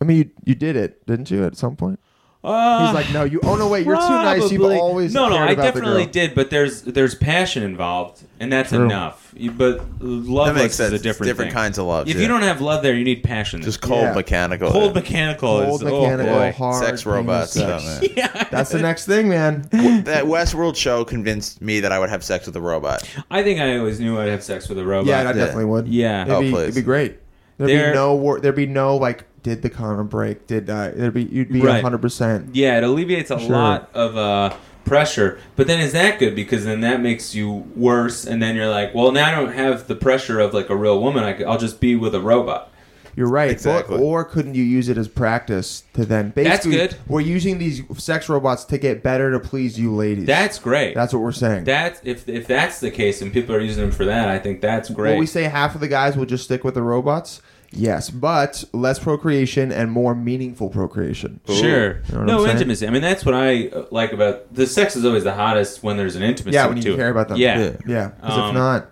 A: I mean, you, you did it, didn't you? At some point,
D: Uh,
A: he's like, "No, you." Oh no, wait, you're too nice. You've
D: Probably-
A: always
D: no, no.
A: cared
D: I
A: about the
D: definitely
A: girl.
D: did, but there's there's passion involved, and that's
A: True.
D: enough. You- But love
C: That makes sense.
D: is a
C: It's
D: different
C: different
D: thing.
C: kinds of love.
D: If you don't have love there, you need passion.
C: just cold
A: Yeah.
C: mechanical.
D: cold mechanical
A: Cold
D: is
A: mechanical,
D: oh boy.
A: hard
C: sex robots.
A: penis
C: stuff,
A: sex.
C: man.
D: Yeah,
A: That's the next thing, man.
C: that Westworld show convinced me that I would have sex with a robot.
D: I think I always knew I'd have sex with a robot.
A: yeah, I definitely would.
D: Yeah.
A: it'd
C: Oh,
A: be,
C: please.
A: it'd be great. There'd
D: There-
A: be no war. There'd be no like, did the condom break? Did uh, there'd be you'd be
D: Right.
A: 100. percent
D: Yeah, it alleviates a
A: Sure.
D: lot of uh, pressure. But then is that good? Because then that makes you worse, and then you're like, well, now I don't have the pressure of like a real woman. I, will just be with a robot.
A: You're right.
C: Exactly.
A: But- Or, couldn't you use it as practice to then basically
D: good.
A: we're using these sex robots to get better to please you ladies.
D: That's great.
A: that's what we're saying.
D: That's if if that's the case, and people are using them for that, I think that's great.
A: Will we say half of the guys will just stick with the robots? Yes, but less procreation and more meaningful procreation.
D: Sure.
A: You know what I'm
D: no
A: saying?
D: intimacy. I mean, that's what I uh, like about the sex is always the hottest when there's an intimacy.
A: Yeah, when you
D: to it.
A: care about them.
D: Yeah.
C: Yeah.
A: Yeah, because if
D: Um,
A: not,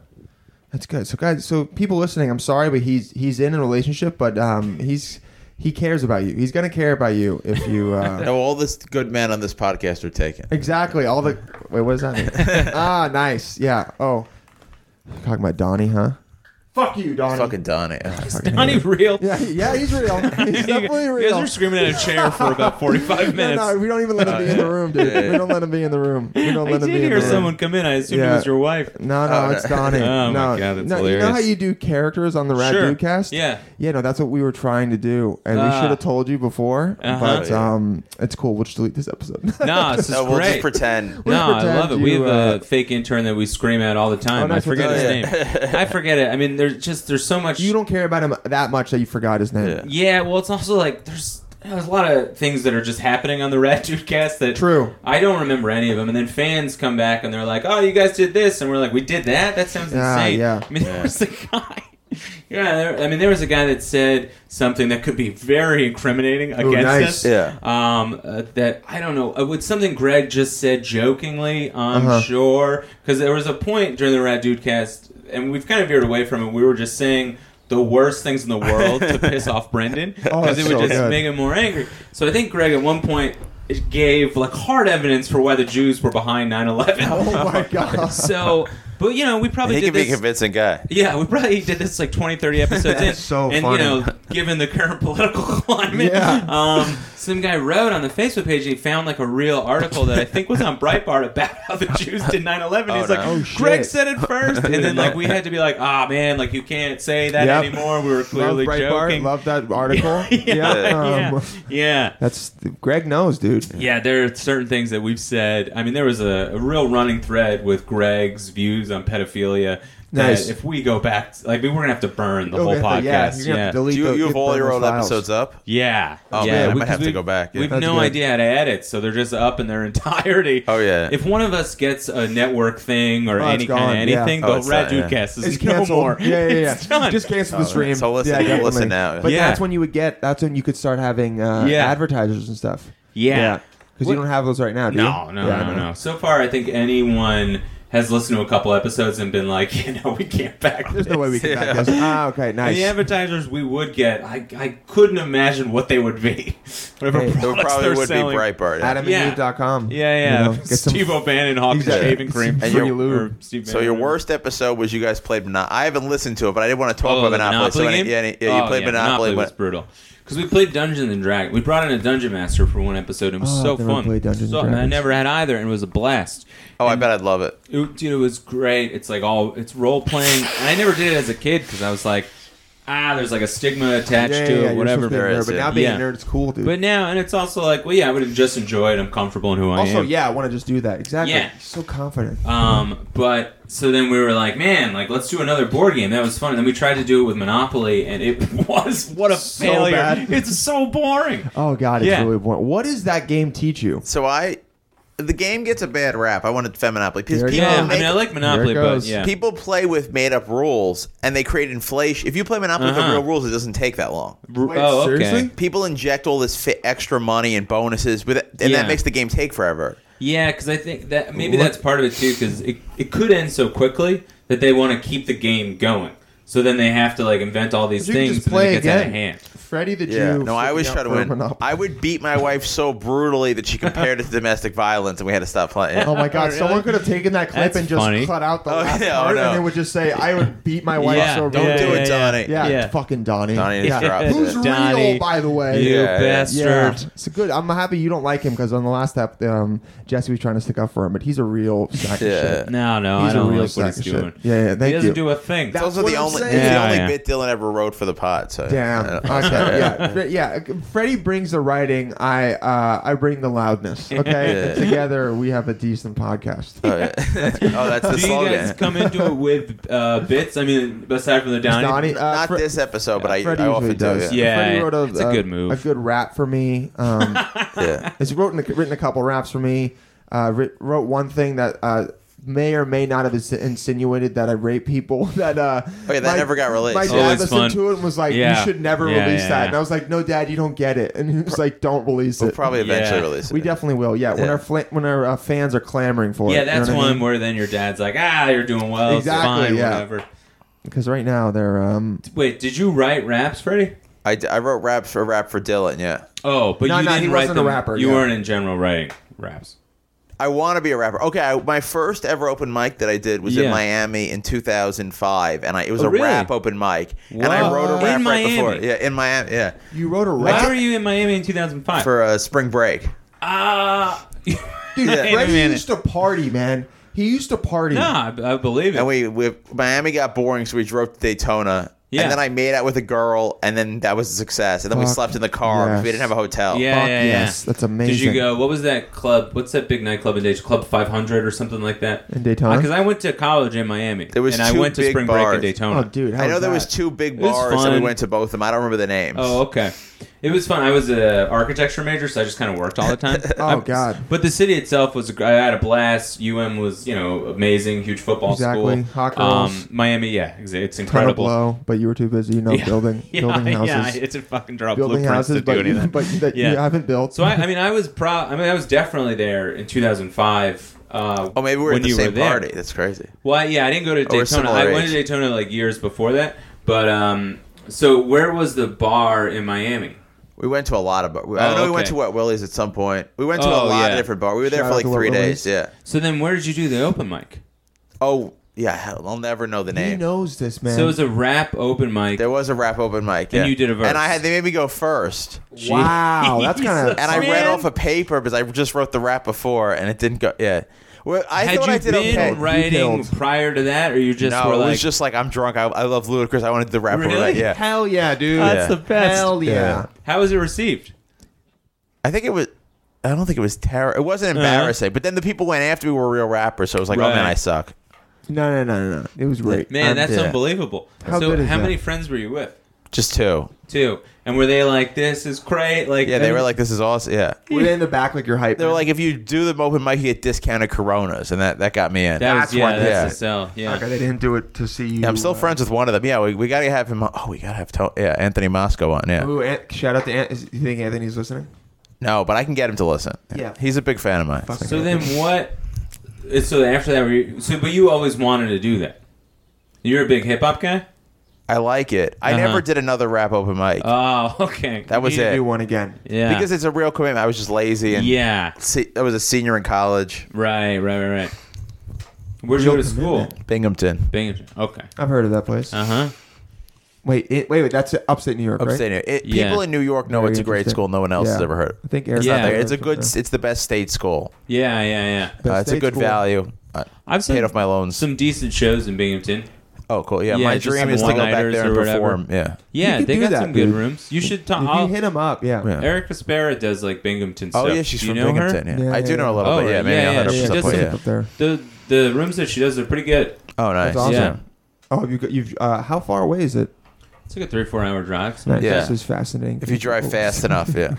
A: that's good. So guys, so people listening, I'm sorry, but he's he's in a relationship, but um, he's he cares about you. He's gonna care about you if you. Uh,
C: Now, all this good men on this podcast are taken.
A: exactly. All the wait, what does that mean? ah, nice. Yeah. Oh, talking about Donnie, huh? Fuck you, Donnie.
C: Fucking done it.
D: Honey, real.
A: yeah, yeah, he's real. He's definitely
D: You
A: real.
D: guys were screaming at a chair for about forty-five
A: no,
D: minutes.
A: no, we don't even let him be in the room, dude.
C: Yeah.
A: We don't let him be in the room. We don't
D: I
A: let him
D: did
A: be in
D: hear
A: the room.
D: someone come in. I assumed it
A: Yeah.
D: was your wife.
A: No, no,
C: Oh,
A: it's
C: no.
A: Donnie.
D: Oh,
A: no,
D: my God, that's
A: no, you know how
D: hilarious.
A: you do characters on the Rad
D: Sure.
A: Dude cast?
D: Yeah.
A: yeah, no, that's what we were trying to do, and we
D: Ah.
A: should have told you before,
D: Uh-huh.
A: but
C: Yeah.
A: um, it's cool. We'll just delete this episode.
D: No, this is
C: No, we'll
D: great.
C: just pretend.
A: We'll
D: no, I
A: pretend
D: love it. we
A: you,
D: have
A: uh,
D: a fake intern that we scream at all the time.
A: Oh, nice.
D: I forget
A: Oh,
D: his
C: yeah.
D: name. I forget it. I mean, there's just there's so much.
A: you don't care about him that much that you forgot his name.
C: Yeah.
D: Yeah, well, it's also like there's there's a lot of things that are just happening on the Rat Dude cast that
A: True.
D: I don't remember any of them, and then fans come back and they're like, "Oh, you guys did this," and we're like, "We did that? That sounds
A: Yeah,
D: insane."
A: yeah.
D: I mean, there was a guy. Yeah, there, I mean, there was a guy that said something that could be very incriminating
A: nice.
D: against us.
C: Yeah.
D: Um, uh, that I don't know. Uh, would something Greg just said jokingly? I'm
A: Uh-huh.
D: sure because there was a point during the Rat Dude cast, and we've kind of veered away from it. We were just saying the worst things in the world to piss off Brendan
A: Oh,
D: because it
A: that's
D: would
A: so
D: just
A: good.
D: make him more angry. So I think Greg at one point it gave like hard evidence for why the Jews were behind 9/11.
A: Oh my god.
D: So, but you know, we probably
C: He
D: did
C: could be a
D: this.
C: convincing guy.
D: Yeah, we probably did this like 20, 30 episodes in.
A: That's so
D: and
A: funny.
D: you know, given the current political climate,
A: Yeah.
D: um, some guy wrote on the Facebook page and he found like a real article that I think was on Breitbart about how the Jews did 9/11.
C: Oh,
D: He's
C: no.
D: like,
A: Oh, shit.
D: Greg said it first, and then like we had to be like, ah man, like you can't say that
A: Yep.
D: anymore. We were
A: love
D: clearly
A: Breitbart,
D: joking.
A: Love that article.
D: yeah,
A: Yeah,
D: yeah,
A: um,
D: yeah.
A: That's Greg knows, dude.
D: Yeah, there are certain things that we've said. I mean, there was a, a real running thread with Greg's views on pedophilia. That
A: Nice.
D: If we go back, like we were gonna have to burn the
A: You'll
D: whole
A: get the-
D: podcast.
A: yeah,
D: Yeah.
A: you're gonna
D: yeah.
A: have to delete
C: Do you,
A: the-
C: you have all
A: burn
C: your
A: those
C: old
A: files.
C: episodes up?
D: yeah.
C: Oh, man, I might
D: because
C: have to
D: we-
C: go back, yeah.
D: We've
A: That's
D: no
A: good.
D: idea how to edit, so they're just up in their entirety.
C: Oh, yeah.
D: If one of us gets a network thing or
A: Oh, it's
D: any kind of
A: gone, yeah.
D: anything,
C: Oh,
D: the
C: it's
D: Rat
C: done, yeah.
D: Dude cast is
A: It's
D: no
A: canceled.
D: more.
A: Yeah, yeah, yeah.
D: It's done.
A: Just cancel the
C: Oh,
A: stream.
C: so listen-
A: yeah,
C: listen
A: definitely.
C: now.
A: But
D: Yeah.
A: that's when you would get. That's when you could start having uh,
D: Yeah.
A: advertisers and stuff.
D: yeah.
A: because you
D: What-
A: don't have those right now. Do you?
D: No, no,
A: Yeah, I
D: no,
A: know.
D: no. So far, I think anyone has listened to a couple episodes and been like, you know, we can't back
A: There's no way we can
C: Yeah.
A: back this. Ah, okay,
D: And
A: nice.
D: the advertisers we would get, I, I couldn't imagine what they would be. Whatever
A: Hey, there
C: There
D: products
C: probably
D: they're
C: would
D: selling.
C: be Breitbart.
A: Adam and
D: Yeah.
A: Eve.com.
D: Yeah, yeah.
A: You know, get some
D: Steve O'Bannon, Hawkins
C: Exactly.
D: shaving cream.
A: And
D: Free
A: your-
D: lube. Or Steve
C: So your
D: Bannon.
C: worst episode was you guys played Monopoly. I haven't listened to it, but I didn't want to talk
D: Oh,
C: about
D: the
C: Monopoly. so any-
D: game?
C: yeah, any- yeah, you
D: Oh,
C: played
D: yeah,
C: Monopoly.
D: was brutal. Because we played Dungeons and Dragons. We brought in a dungeon master for one episode. and It was
A: Oh,
D: so
A: I've never
D: fun.
A: played Dungeons and
D: so, I
A: Dragons.
D: never had either, and it was a blast.
C: oh, I
D: And
C: bet I'd love it.
D: It, dude, it was great. It's like all it's role playing, and I never did it as a kid because I was like, ah, there's like a stigma attached
A: yeah, yeah,
D: to
A: yeah,
D: it,
A: you're
D: whatever.
A: supposed to be a
C: There
A: nerd,
C: is,
A: But
C: yeah.
A: now being
D: Yeah.
A: a nerd's cool, dude.
D: But now, and it's also like, well, yeah, I would have just enjoyed. it. I'm comfortable in who I
A: also,
D: am.
A: yeah, I want to just do that. Exactly.
D: Yeah.
A: So confident.
D: Um, but so then we were like, man, like let's do another board game. That was fun. And then we tried to do it with Monopoly, and it was what a
A: So
D: failure.
A: bad.
D: It's so boring.
A: Oh God, it's
D: Yeah.
A: really boring. What does that game teach you?
C: So I, the game gets a bad rap. I wanted Fem Monopoly because
A: There it
C: people
A: goes.
D: Yeah, I
C: make
D: mean, I like Monopoly,
A: There it
D: but
A: goes.
D: yeah,
C: people play with made up rules and they create inflation. If you play Monopoly with
D: Uh-huh.
C: the real rules, it doesn't take that long.
A: Wait,
D: oh, okay.
A: seriously?
C: People inject all this fi- extra money and bonuses with it, and
D: Yeah.
C: that makes the game take forever.
D: yeah, because I think that maybe
A: What?
D: that's part of it too, because it, it could end so quickly that they want to keep the game going. So then they have to like invent all these
A: You can
D: things,
A: just
D: and then
A: play
D: it gets out of
A: again.
D: hand.
A: Freddy the Jew.
C: No, I always
A: freaking
C: try to
A: out for
C: win.
A: Monopoly.
C: I would beat my wife so brutally that she compared it to domestic violence, and we had to stop playing.
A: Oh my God! Someone could have taken that clip
D: That's
A: and just
D: funny.
A: cut out the
C: Oh,
A: last
C: yeah, oh,
A: part,
C: no.
A: and it would just say, "I would beat my wife
D: Yeah,
A: so
D: don't
A: rude."
C: do
D: Yeah,
C: it,
D: yeah,
C: Donnie.
A: Yeah,
D: Yeah.
A: fucking Donnie.
C: Donnie
A: Yeah.
C: just dropped
A: Who's
C: it.
D: Donnie,
A: real, by the way?
D: You
C: Yeah.
A: Yeah,
D: bastard.
A: it's good. I'm happy you don't like him because on the last step, um, Jesse was trying to stick up for him, but he's a real sack of
C: Yeah.
A: shit.
D: No, no,
A: He's
D: I
A: a
D: don't
A: real
D: like what
A: sack
D: he's
A: of shit.
D: doing.
A: Yeah, yeah,
D: he
A: thank
D: doesn't
A: you.
D: do a thing.
C: It's
A: That-
C: also
A: What
C: the
A: I'm
C: only,
A: saying.
C: it's the
D: Yeah,
C: only
D: yeah.
C: bit Dylan ever wrote for the pot. So
A: Damn.
C: I
A: Okay.
C: don't know.
A: Yeah. Fre- Yeah. Freddie brings the writing. I uh, I bring the loudness. Okay.
C: Yeah.
A: And together we have a decent podcast.
C: Oh, yeah. oh, that's the
D: Do you guys
C: slogan.
D: come into it with uh, bits? I mean, aside from the Donnie,
A: Donnie, uh,
C: Not
A: Fre-
C: this episode, but I,
A: Freddie
C: I
A: usually
C: often
A: does.
C: do. Yeah.
D: Yeah,
A: Freddie wrote a, um,
D: it's a good move.
A: A good rap for me. Um,
C: yeah.
A: he's wrote written a couple raps for me. Uh, writ- wrote one thing that uh, may or may not have ins- insinuated that I rape people. That uh,
C: Oh, yeah, that never got released.
A: My
C: Oh,
A: dad
D: it's
A: listened
D: fun.
A: to it and was like,
D: Yeah.
A: "You should never
D: Yeah,
A: release
D: yeah,
A: that."
D: yeah.
A: And I was like, "No, Dad, you don't get it." And he was like, "Don't release
C: We'll
A: it."
C: probably eventually
D: Yeah.
C: release it.
A: we definitely will. Yeah, when
C: Yeah.
A: our fla- when our uh, fans are clamoring for
D: yeah,
A: it.
D: that's
A: you know
D: one where then your dad's like, ah, you're doing well,
A: Exactly,
D: it's fine,
A: yeah.
D: whatever.
A: Because right now they're um,
D: Wait, did you write raps, Freddie?
C: I, d- I wrote raps for rap for Dylan. Yeah,
D: Oh, but
A: No,
D: you
A: no, he
D: didn't write
A: wasn't a
D: them.
A: rapper,
D: you
A: yeah.
D: weren't in general writing raps.
C: I want to be a rapper. Okay, I, my first ever open mic that I did was
D: Yeah.
C: in Miami in 2005, and I, it was
D: Oh,
C: a
D: really?
C: rap open mic, and I
D: Wow.
C: wrote a
D: In
C: rap right before.
D: Miami?
C: Yeah, in Miami. Yeah,
A: you wrote a rap.
D: Why were you in Miami in 2005?
C: for uh, spring break.
D: Ah,
A: Dude,
D: Yeah. Wait a
A: Freddie
D: minute.
A: used to party, man. He used to party.
D: nah, I, I believe it.
C: And we, we Miami got boring, so we drove to Daytona.
D: Yeah.
C: And then I made out with a girl, and then that was a success. And then we
A: Fuck
C: slept in the car because we
A: yes.
C: didn't have a hotel.
D: yeah,
A: Oh, Fuck
D: yeah, yeah.
A: yes, that's
D: Did you
A: amazing.
D: go? What was that club? What's that big nightclub in Daytona? Club 500 or something like that?
A: In Daytona?
D: Because I went to college in Miami.
C: There was
D: and I
C: two
D: went to
C: big
D: spring break in
C: bars.
D: Daytona.
A: Oh, dude, how
C: I know there
A: that?
C: was two big
D: was
C: bars, and we
D: fun.
C: went to both of them. I don't remember the names.
D: Oh, okay. It was fun. I was an architecture major, so I just kind of worked all the time.
A: Oh,
D: I-
A: God.
D: But the city itself was. gr- I had a blast. UM was, you know, amazing. Huge football
A: Exactly.
D: school. Um,
A: Hot girls.
D: Miami, yeah, ex- it's
A: Ton of
D: incredible.
A: blow, but you were too busy, you know,
D: Yeah.
A: building
D: yeah,
A: building houses,
D: Yeah, it's a fucking draw
A: building
D: blueprints
A: houses,
D: to
A: but
D: do
A: you,
D: anything.
A: but that
D: Yeah.
A: you haven't built.
D: so I, I mean, I was proud. I mean, I was definitely there in 2005. Uh,
C: Oh, maybe we were
D: when
C: at the
D: you
C: same
D: there.
C: party. That's crazy.
D: Well, yeah, I didn't go to
C: Or
D: Daytona.
C: similar
D: I went
C: age.
D: to Daytona like years before that. But um, so where was the bar in Miami?
C: We went to a lot of bars. I
D: Oh,
C: know we went
D: okay.
C: to Wet Willie's at some point. We went to
D: Oh,
C: a lot
D: yeah.
C: of different bars. We were
A: Shout
C: there for
A: out
C: like
A: to Wet
C: three
A: Willie's.
C: days. Yeah.
D: So then, where did you do the open mic?
C: Oh, yeah. hell, I'll never know the
A: he
C: name.
A: knows this man.
D: So it was a rap open mic.
C: There was a rap open mic. yeah.
D: And you did a verse.
C: And I had they made me go first.
A: wow, that's kind of
D: Jesus.
C: And I read
D: Man.
C: off a paper because I just wrote the rap before, and it didn't go. Yeah. Well, I
D: Had
C: thought
D: you
C: I did
D: been
C: okay.
D: writing
A: Detailed.
D: prior to that, or you just
C: no,
D: were
C: it was
D: like,
C: just like I'm drunk. I, I love Ludacris. I wanted the rap
D: Really?
C: open mic. Yeah.
A: hell yeah, dude.
D: That's the best.
A: Hell yeah.
C: Yeah.
D: how was it received?
C: I think it was. I don't think it was terrible. It wasn't embarrassing, but then the people went after me were real rappers, so it was like, oh man,
D: Uh-huh. Right.
C: I suck.
A: No, no, no, no, no. It was great.
D: Man, that's
C: yeah.
D: unbelievable.
A: How
D: so,
A: good is
D: how
A: that?
D: many friends were you with?
C: Just two.
D: Two, and were they like, "This is great"? Like,
C: Yeah, they were like, this is awesome. Yeah.
A: Were they in the back like your hype?
C: They were
A: man?
C: like, if you do the open mic, you get discounted Coronas, and that, that got me in.
D: that was,
A: that's
D: yeah,
A: what-
D: that's
C: yeah.
D: the sell. Yeah,
A: okay, they didn't do it to see you.
C: Yeah, I'm still
A: uh,
C: friends with one of them. Yeah, we, we gotta have him. On. Oh, we gotta have to- yeah Anthony Mosco on. Yeah,
A: Ooh, Ant, shout out to Ant. Is, you think Anthony's listening?
C: no, but I can get him to listen.
A: Yeah.
C: he's a big fan of mine.
A: Fuck.
C: So-
D: So then what? it's- so after that, were you, so but you always wanted to do that. You're a big hip hop guy.
C: I like it. I
D: Uh-huh.
C: never did another rap open mic.
D: Oh, okay.
C: that was
A: need to
C: it.
A: do one again.
D: yeah.
C: Because it's a real commitment. I was just lazy and
D: yeah.
C: se- I was a senior in college,
D: Right. Right. Right. Right. Where'd you go to school?
C: Binghamton.
D: Binghamton. Okay.
A: I've heard of that place.
D: Uh huh.
A: Wait, it, wait, wait. That's upstate New York, right?
C: Upstate New York. It,
D: Yeah.
C: People in New York know
A: Very
C: it's a great
A: interesting.
C: school. No one else
A: Yeah.
C: has ever heard. of
A: I
C: it.
A: think Eric's
D: Yeah.
A: not
C: Like,
A: there.
C: It's a good. It's the best state school.
D: Yeah. Yeah. Yeah.
A: Best
C: Uh, it's a
A: state
C: good
A: school.
C: value. I
D: I've
C: paid
D: seen
C: off my loans.
D: some decent shows in Binghamton.
C: Oh, cool. Yeah,
D: Yeah,
C: my
D: just
C: dream
D: some
C: is to go back
D: one-nighters
C: there and
D: or whatever.
C: perform. Yeah.
D: Yeah,
A: could
D: they
A: do
D: got
A: that,
D: some good
A: dude.
D: rooms. You should
A: If
D: talk.
A: you
D: I'll-
A: hit him up, yeah.
C: Yeah.
D: Erica Spera does like Binghamton
C: Oh
D: stuff.
C: yeah, she's
D: Do you
C: from
D: know her?
C: Binghamton. Yeah.
A: Yeah,
C: I do
A: yeah,
C: know a little
D: yeah.
C: bit. Yeah,
D: Oh,
C: maybe
D: yeah,
C: I'll
D: yeah,
C: hit her up
D: she
C: at some
D: does
C: point,
D: it.
C: yeah.
A: Up there.
D: The the rooms that she does are pretty good.
C: Oh, nice.
A: That's awesome.
D: Yeah.
A: Oh, have you got, you've. Uh, how far away is it?
D: It's like a three four hour drive.
A: Nice.
C: Yeah.
A: This is fascinating. Oh,
C: If you drive fast enough, yeah.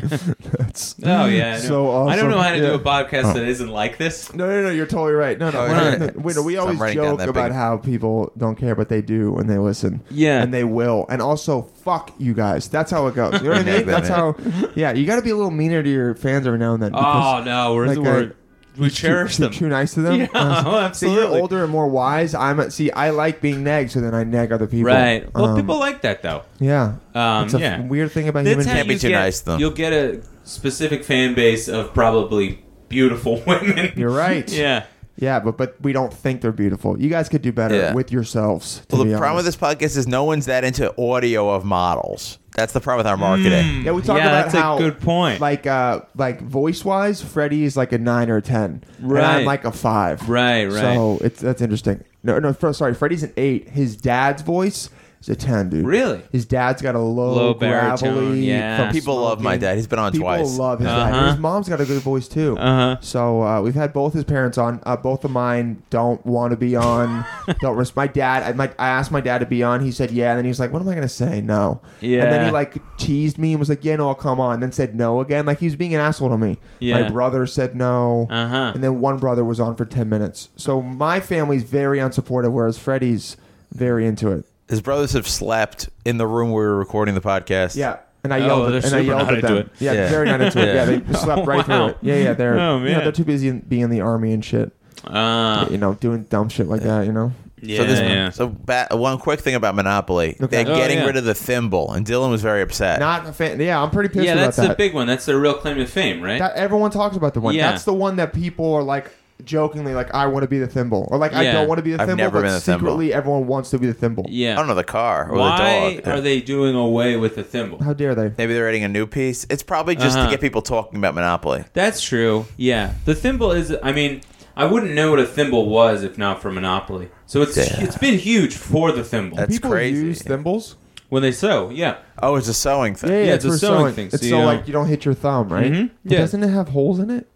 A: That's
D: Oh yeah, I know.
A: Mm. so awesome.
D: I don't know how to do
A: Yeah.
D: a podcast that isn't like this.
A: No, no, no. You're totally right. No, no. we're
C: Oh,
D: yeah.
A: not- we, no, we
C: So I'm
A: always
C: writing down
A: joke
C: that
A: about
C: big-
A: how people don't care, but they do when they listen.
D: Yeah.
A: and they will. And also, fuck you guys. That's how it goes. You know what I mean?
C: Exactly.
A: That's how. Yeah, you got to be a little meaner to your fans every now and then.
D: Oh no, we're,
A: like,
D: we're we
A: too-
D: cherish
A: too-
D: them.
A: Too, nice to them.
D: Yeah,
A: Honestly.
D: oh,
A: See, you're
D: absolutely.
A: older and more wise. I'm see. I like being nagged, so then I nag other people.
D: Right. Well,
A: Um,
D: people like that though.
A: Yeah.
D: Um,
A: it's a
D: yeah.
A: weird thing about
D: That's
A: human.
D: how
C: Can't be
D: you
C: too
D: get-
C: nice, though.
D: You'll get a specific fan base of probably beautiful women.
A: You're right.
D: yeah.
A: Yeah, but but we don't think they're beautiful. You guys could do better
C: Yeah.
A: with yourselves. To
C: Well,
A: be
C: the problem with
A: honest.
C: this podcast is no one's that into audio of models. That's the problem with our
D: Hmm.
C: marketing.
A: Yeah, we talk
D: Yeah,
A: about
D: that's a
A: how
D: good point.
A: Like uh, like voice wise, Freddie is like a nine or a ten, and I'm
D: Right.
A: like a five.
D: Right, right.
A: So it's that's interesting. No, no, fr- sorry, Freddie's an eight. His dad's voice is a ten, dude.
D: Really?
A: His dad's got a low,
D: Low baritone,
A: gravelly.
D: yeah.
A: from
C: People love my
A: smoking.
C: dad. He's been on
A: People
C: twice.
A: love his dad.
D: Uh-huh.
A: His mom's got a good voice too.
D: Uh-huh.
A: So uh, we've had both his parents on. Uh, both of mine don't want to be on. don't risk my dad. I, my, I asked my dad to be on. He said yeah, and then he was like, "What am I gonna say? No." And then
D: Yeah.
A: he like teased me and was like, "Yeah, no, I'll come on." Then said no again. Like he was being an asshole to me. My
D: Yeah.
A: brother said no.
D: Uh huh.
A: And then one brother was on for ten minutes. So my family's very unsupportive, whereas Freddie's very into it.
C: His brothers have slept in the room where we were recording the podcast.
A: Yeah. And I
D: Oh,
A: yelled,
D: they're
A: and I
D: super
A: yelled
D: not
A: at
D: into
A: them.
D: it.
A: Yeah,
C: Yeah.
A: very not into it. Yeah,
C: Yeah.
A: they slept right
D: Wow.
A: through it. Yeah, yeah, they're
D: Oh,
A: you know,
D: man.
A: they're too busy in, being in the army and shit.
D: Uh,
A: you know, doing dumb shit like that. You know,
D: yeah.
C: So, this,
D: yeah.
C: so ba- one quick thing about Monopoly,
A: Okay.
C: they're
D: Oh,
C: getting
D: yeah.
C: rid of the thimble, and Dylan was very upset.
A: not a fan. Yeah, I'm pretty pissed
D: yeah,
A: about
D: that's
A: that.
D: the big one. That's their real claim to fame, right?
A: that everyone talks about the one.
D: Yeah.
A: That's the one that people are like jokingly like, I want to be the thimble, or like I
D: Yeah.
A: don't want to be the
C: I've
A: thimble,
C: never
A: but
C: been the thimble.
A: secretly everyone wants to be the thimble.
D: yeah.
C: I don't know the car or
D: Why
C: the dog.
D: are they doing away with the thimble?
A: How dare they?
C: Maybe they're adding a new piece. It's probably just
D: Uh-huh.
C: to get people talking about Monopoly.
D: That's true. Yeah, the thimble is. I mean, I wouldn't know what a thimble was if not for Monopoly. So it's
C: Yeah.
D: it's been huge for the thimble
C: That's
A: people
C: crazy.
A: use thimbles.
D: when they sew. Yeah,
C: Oh, it's a sewing thing.
D: yeah, it's a
A: for
D: sewing thing,
A: It's
D: so
A: so
D: you
A: like
D: don't-
A: you don't hit your thumb, right?
D: Mhm.
A: But
D: Yeah.
A: Doesn't it have holes in it?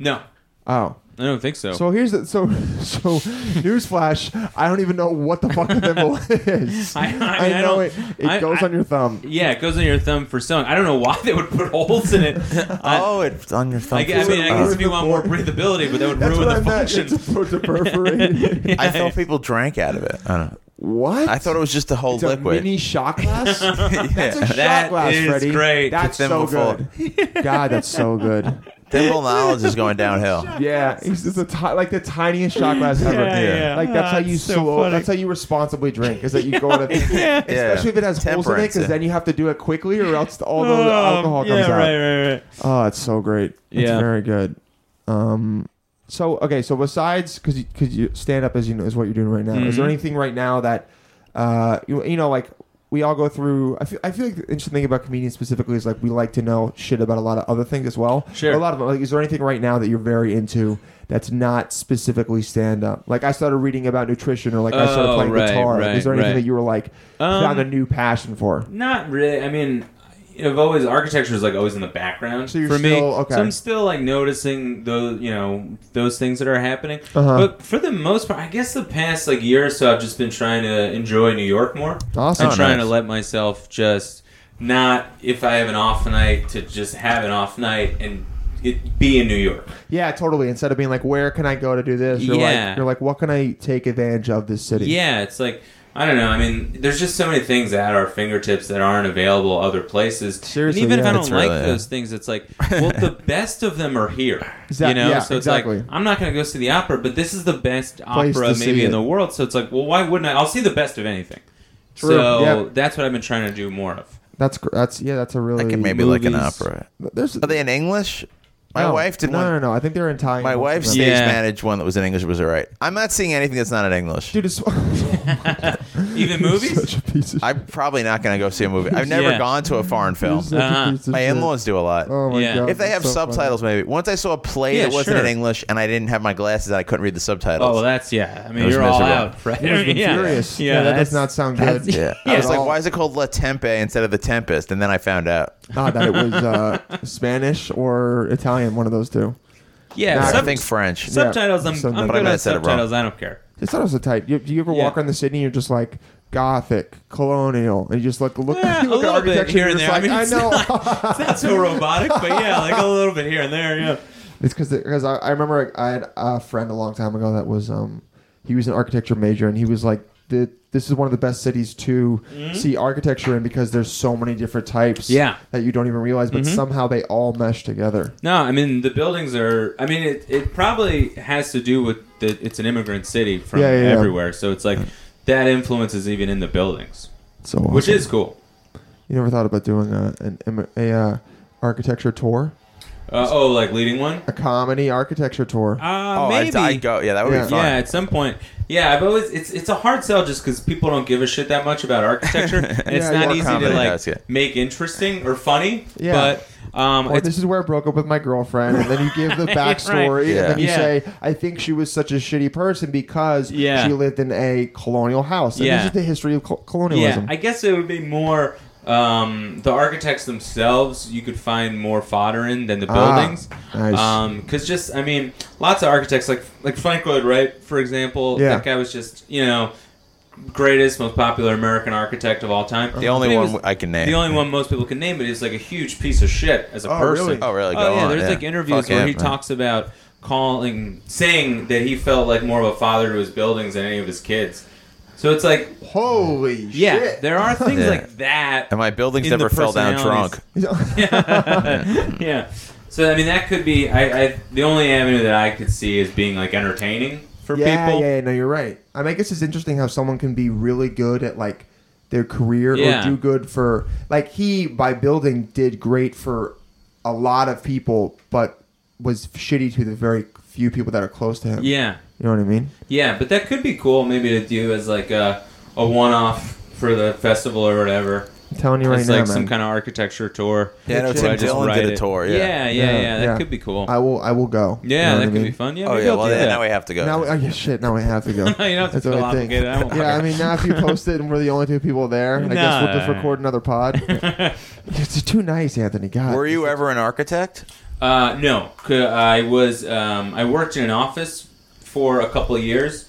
D: no,
A: Oh,
D: I don't think so.
A: so here's the so so newsflash. I don't even know what the fuck a thimble is.
D: I- I mean, I
A: know
D: don't-
A: it. It
D: I-
A: goes
D: I-
A: on your thumb.
D: yeah, it goes on your thumb for sewing. I don't know why they would put holes in it. I,
C: oh, it's on your thumb.
D: I, gu- I mean, I
C: Oh.
D: guess if you want more breathability, but that would ruin the function.
A: It's supposed to perforate.
C: I thought people drank out of it. I don't know.
A: what?
C: I thought it was just a whole
A: it's
C: liquid.
A: a mini shot glass. That's a shot
D: That
A: glass,
D: is
A: Freddie.
D: great.
A: That's
C: Put
A: so
C: them
A: good. God, that's so good.
C: Thimble knowledge is going downhill.
A: Yeah, it's, it's a ti- like the tiniest shot glass ever.
C: Yeah.
A: Like that's how
D: Ah,
A: you
D: it's so
A: slow.
D: funny.
A: That's how you responsibly drink. Is that you go to, especially if it has holes in it,
C: Temperance,
A: because
C: yeah.
A: then you have to do it quickly, or else all the alcohol
D: Oh, yeah,
A: comes out.
D: right, right, right.
A: Oh, it's so great. It's
D: Yeah.
A: very good. Um, so okay, so besides because because you, stand up as you know is what you're doing right now. Is there
D: Mhm.
A: anything right now that uh you, you know like we all go through? I feel I feel like the interesting thing about comedians specifically is like we like to know shit about a lot of other things as well.
D: Sure.
A: a lot of like is there anything right now that you're very into that's not specifically stand up? Like I started reading about nutrition or like I started
D: Oh,
A: playing
D: right,
A: guitar. Like, is there
D: right,
A: anything
D: right.
A: that you were like
D: Um,
A: found a new passion for?
D: Not really. I mean, you know, I've always architecture is like always in the background
A: So you're
D: for me.
A: still- okay.
D: So I'm still like noticing those, you know, those things that are happening.
A: Uh-huh.
D: But for the most part, I guess the past like year or so, I've just been trying to enjoy New York more.
A: Awesome.
D: I'm
C: Oh,
D: trying
C: nice.
D: to let myself just not if I have an off night to just have an off night and it, be in New York.
A: Yeah, totally. Instead of being like, where can I go to do this? You're
D: Yeah.
A: like, you're like, what can I take advantage of this city?
D: Yeah, it's like I don't know. I mean, there's just so many things at our fingertips that aren't available other places.
A: Seriously,
D: and even
A: yeah.
D: if I don't
A: It's
D: like
C: really-
D: those things, it's like, well, the best of them are here.
A: Exact-
D: you know,
A: yeah,
D: so it's
A: exactly.
D: like I'm not going to go see the opera, but this is the best
A: Place
D: opera
A: to see
D: maybe
A: it.
D: in the world. So it's like, well, why wouldn't I? I'll see the best of anything.
A: True,
D: So
A: yeah.
D: that's what I've been trying to do more of.
A: That's gr- that's yeah. That's a really
C: I can maybe like an
A: movies-
C: opera.
A: There's
C: Are they in English? My
A: no,
C: wife did
A: no,
C: one.
A: No, no, I think they're in Italian.
C: My wife
A: wife's
C: stage
D: Yeah.
C: managed one that was in English. It was all right. I'm not seeing anything that's not in English.
A: dude is
D: Even movies.
A: Such a piece of shit.
C: I'm probably not going to go see a movie. I've never
D: Yeah.
C: gone to a foreign
A: You're
C: film.
A: such a
D: Uh-huh.
A: piece of
C: My
A: shit.
C: in-laws do a lot.
A: Oh my
D: Yeah.
A: god.
C: If they have
A: that's so funny.
C: subtitles, maybe. Once I saw a play
D: Yeah,
C: that wasn't in
D: sure.
C: English and I didn't have my glasses, I couldn't read the subtitles.
D: Oh, well, that's yeah. I mean,
C: It was
D: you're all
C: miserable.
D: out, right?
A: It was
D: yeah.
A: Furious.
D: Yeah,
A: Yeah, that
D: that's-
A: does not sound
B: that's-
A: good.
C: yeah.
B: Yeah.
C: I was like,
A: All-
C: why is it called La Tempe instead of The Tempest? And then I found out.
A: Ah, that it was uh, Spanish or Italian, one of those two.
D: Yeah,
A: Nah, I
C: I
D: sub-
C: think French.
A: Yeah,
D: subtitles. I'm,
A: sometimes.
D: I'm
A: But I
D: good
C: might
D: on
C: have said it wrong.
D: subtitles. I don't care.
A: It's not also type. You, do you ever walk
D: Yeah.
A: around the city and you're just like Gothic, colonial, and you just like look,
D: Yeah,
A: you look
D: a
A: at
D: little bit
A: architecture
D: here
A: and
D: and
A: you're
D: there.
A: just
D: I mean,
A: like,
D: it's
A: I know.
D: It's not so robotic, but yeah, like a little bit here and there. Yeah.
A: It's because because I, I remember I had a friend a long time ago that was um he was an architecture major and he was like "Th- this is one of the best cities to see architecture in because there's so many different types
D: Mm-hmm. Yeah. Mm-hmm.
A: that you don't even realize but somehow they all mesh together.
D: No, I mean the buildings are. I mean it. It probably has to do with the. It's an immigrant city from
A: Yeah, yeah, yeah.
D: everywhere, so it's like that influence is even in the buildings,
A: So awesome.
D: which is cool.
A: you never thought about doing a an im- a uh, architecture tour,
D: Uh, oh, like leading one.
A: a comedy architecture tour.
D: Uh,
C: Oh, I'd, I'd go. Yeah, that would
A: Yeah.
C: be fun.
D: Yeah, at some point. Yeah, I've always it's it's a hard sell just because people don't give a shit that much about architecture, and it's
A: Yeah,
D: not
A: or
D: easy to
C: comedy,
D: like
C: yes, yeah.
D: make interesting or funny.
A: Yeah.
D: But um,
A: Or
D: it's
A: this is where I broke up with my girlfriend, and then you give the backstory,
D: right.
A: and then you
D: Yeah.
A: say, "I think she was such a shitty person because
D: Yeah.
A: she lived in a colonial house." And
D: Yeah.
A: this is the history of col- colonialism.
D: Yeah, I guess it would be more um, the architects themselves. You could find more fodder in than the
A: Ah,
D: buildings.
A: nice.
D: Because just I mean, lots of architects like like Frank Lloyd Wright, for example.
A: Yeah.
D: That guy was just you know greatest, most popular American architect of all time.
C: The only
D: But he
C: one
D: was
C: I can name.
D: The only one most people can name, but he's like a huge piece of shit as a
A: eh. Oh,
D: person.
A: really?
C: Oh, really? Go
D: Oh yeah,
C: on.
D: there's
C: yeah.
D: like interviews
C: Fuck
D: where
C: him,
D: he
C: man.
D: talks about calling, saying that he felt like more of a father to his buildings than any of his kids. So it's like,
A: Holy
D: yeah,
A: shit!
D: there are things
C: Yeah.
D: like that.
C: And my buildings
D: in the
C: never fell down
D: personalities.
C: drunk.
D: yeah. So I mean, that could be. I, I the only avenue that I could see is being like entertaining for
A: yeah,
D: people.
A: yeah, no, you're right. I mean, I guess it's interesting how someone can be really good at like their career
D: Yeah.
A: or do good for like he by building did great for a lot of people, but was shitty to the very few people that are close to him.
D: yeah,
A: You know what I mean?
D: yeah. But that could be cool, maybe to do as like a a one off for the festival or whatever.
A: I'm telling you right
D: it's
A: now,
D: like
A: man.
D: some kind of architecture tour.
C: Yeah, I know
D: where
C: Tim
D: I just
C: Dillon
D: write
C: did a
D: it.
C: tour, yeah.
D: yeah, yeah,
A: Yeah,
D: yeah, That
A: yeah.
D: could be cool.
A: I will. I will will go.
D: yeah,
A: You know
D: that
A: what I
D: could
A: mean?
D: be fun. Yeah,
C: Oh
D: maybe
C: yeah,
D: I'll
C: well
D: do that.
C: now we have to go.
A: Now, oh, yeah, shit. Now we have to go.
D: No, you don't have
A: That's
D: to
A: what
D: feel
A: I think.
D: obligated. I won't
A: yeah, I
D: care.
A: mean, now if you post it and we're the only two people there, I guess we'll just
D: Nah.
A: record another pod. it's too nice, Anthony. God.
C: Were you ever an architect?
D: Uh, no, C- I was um, I worked in an office for a couple of years,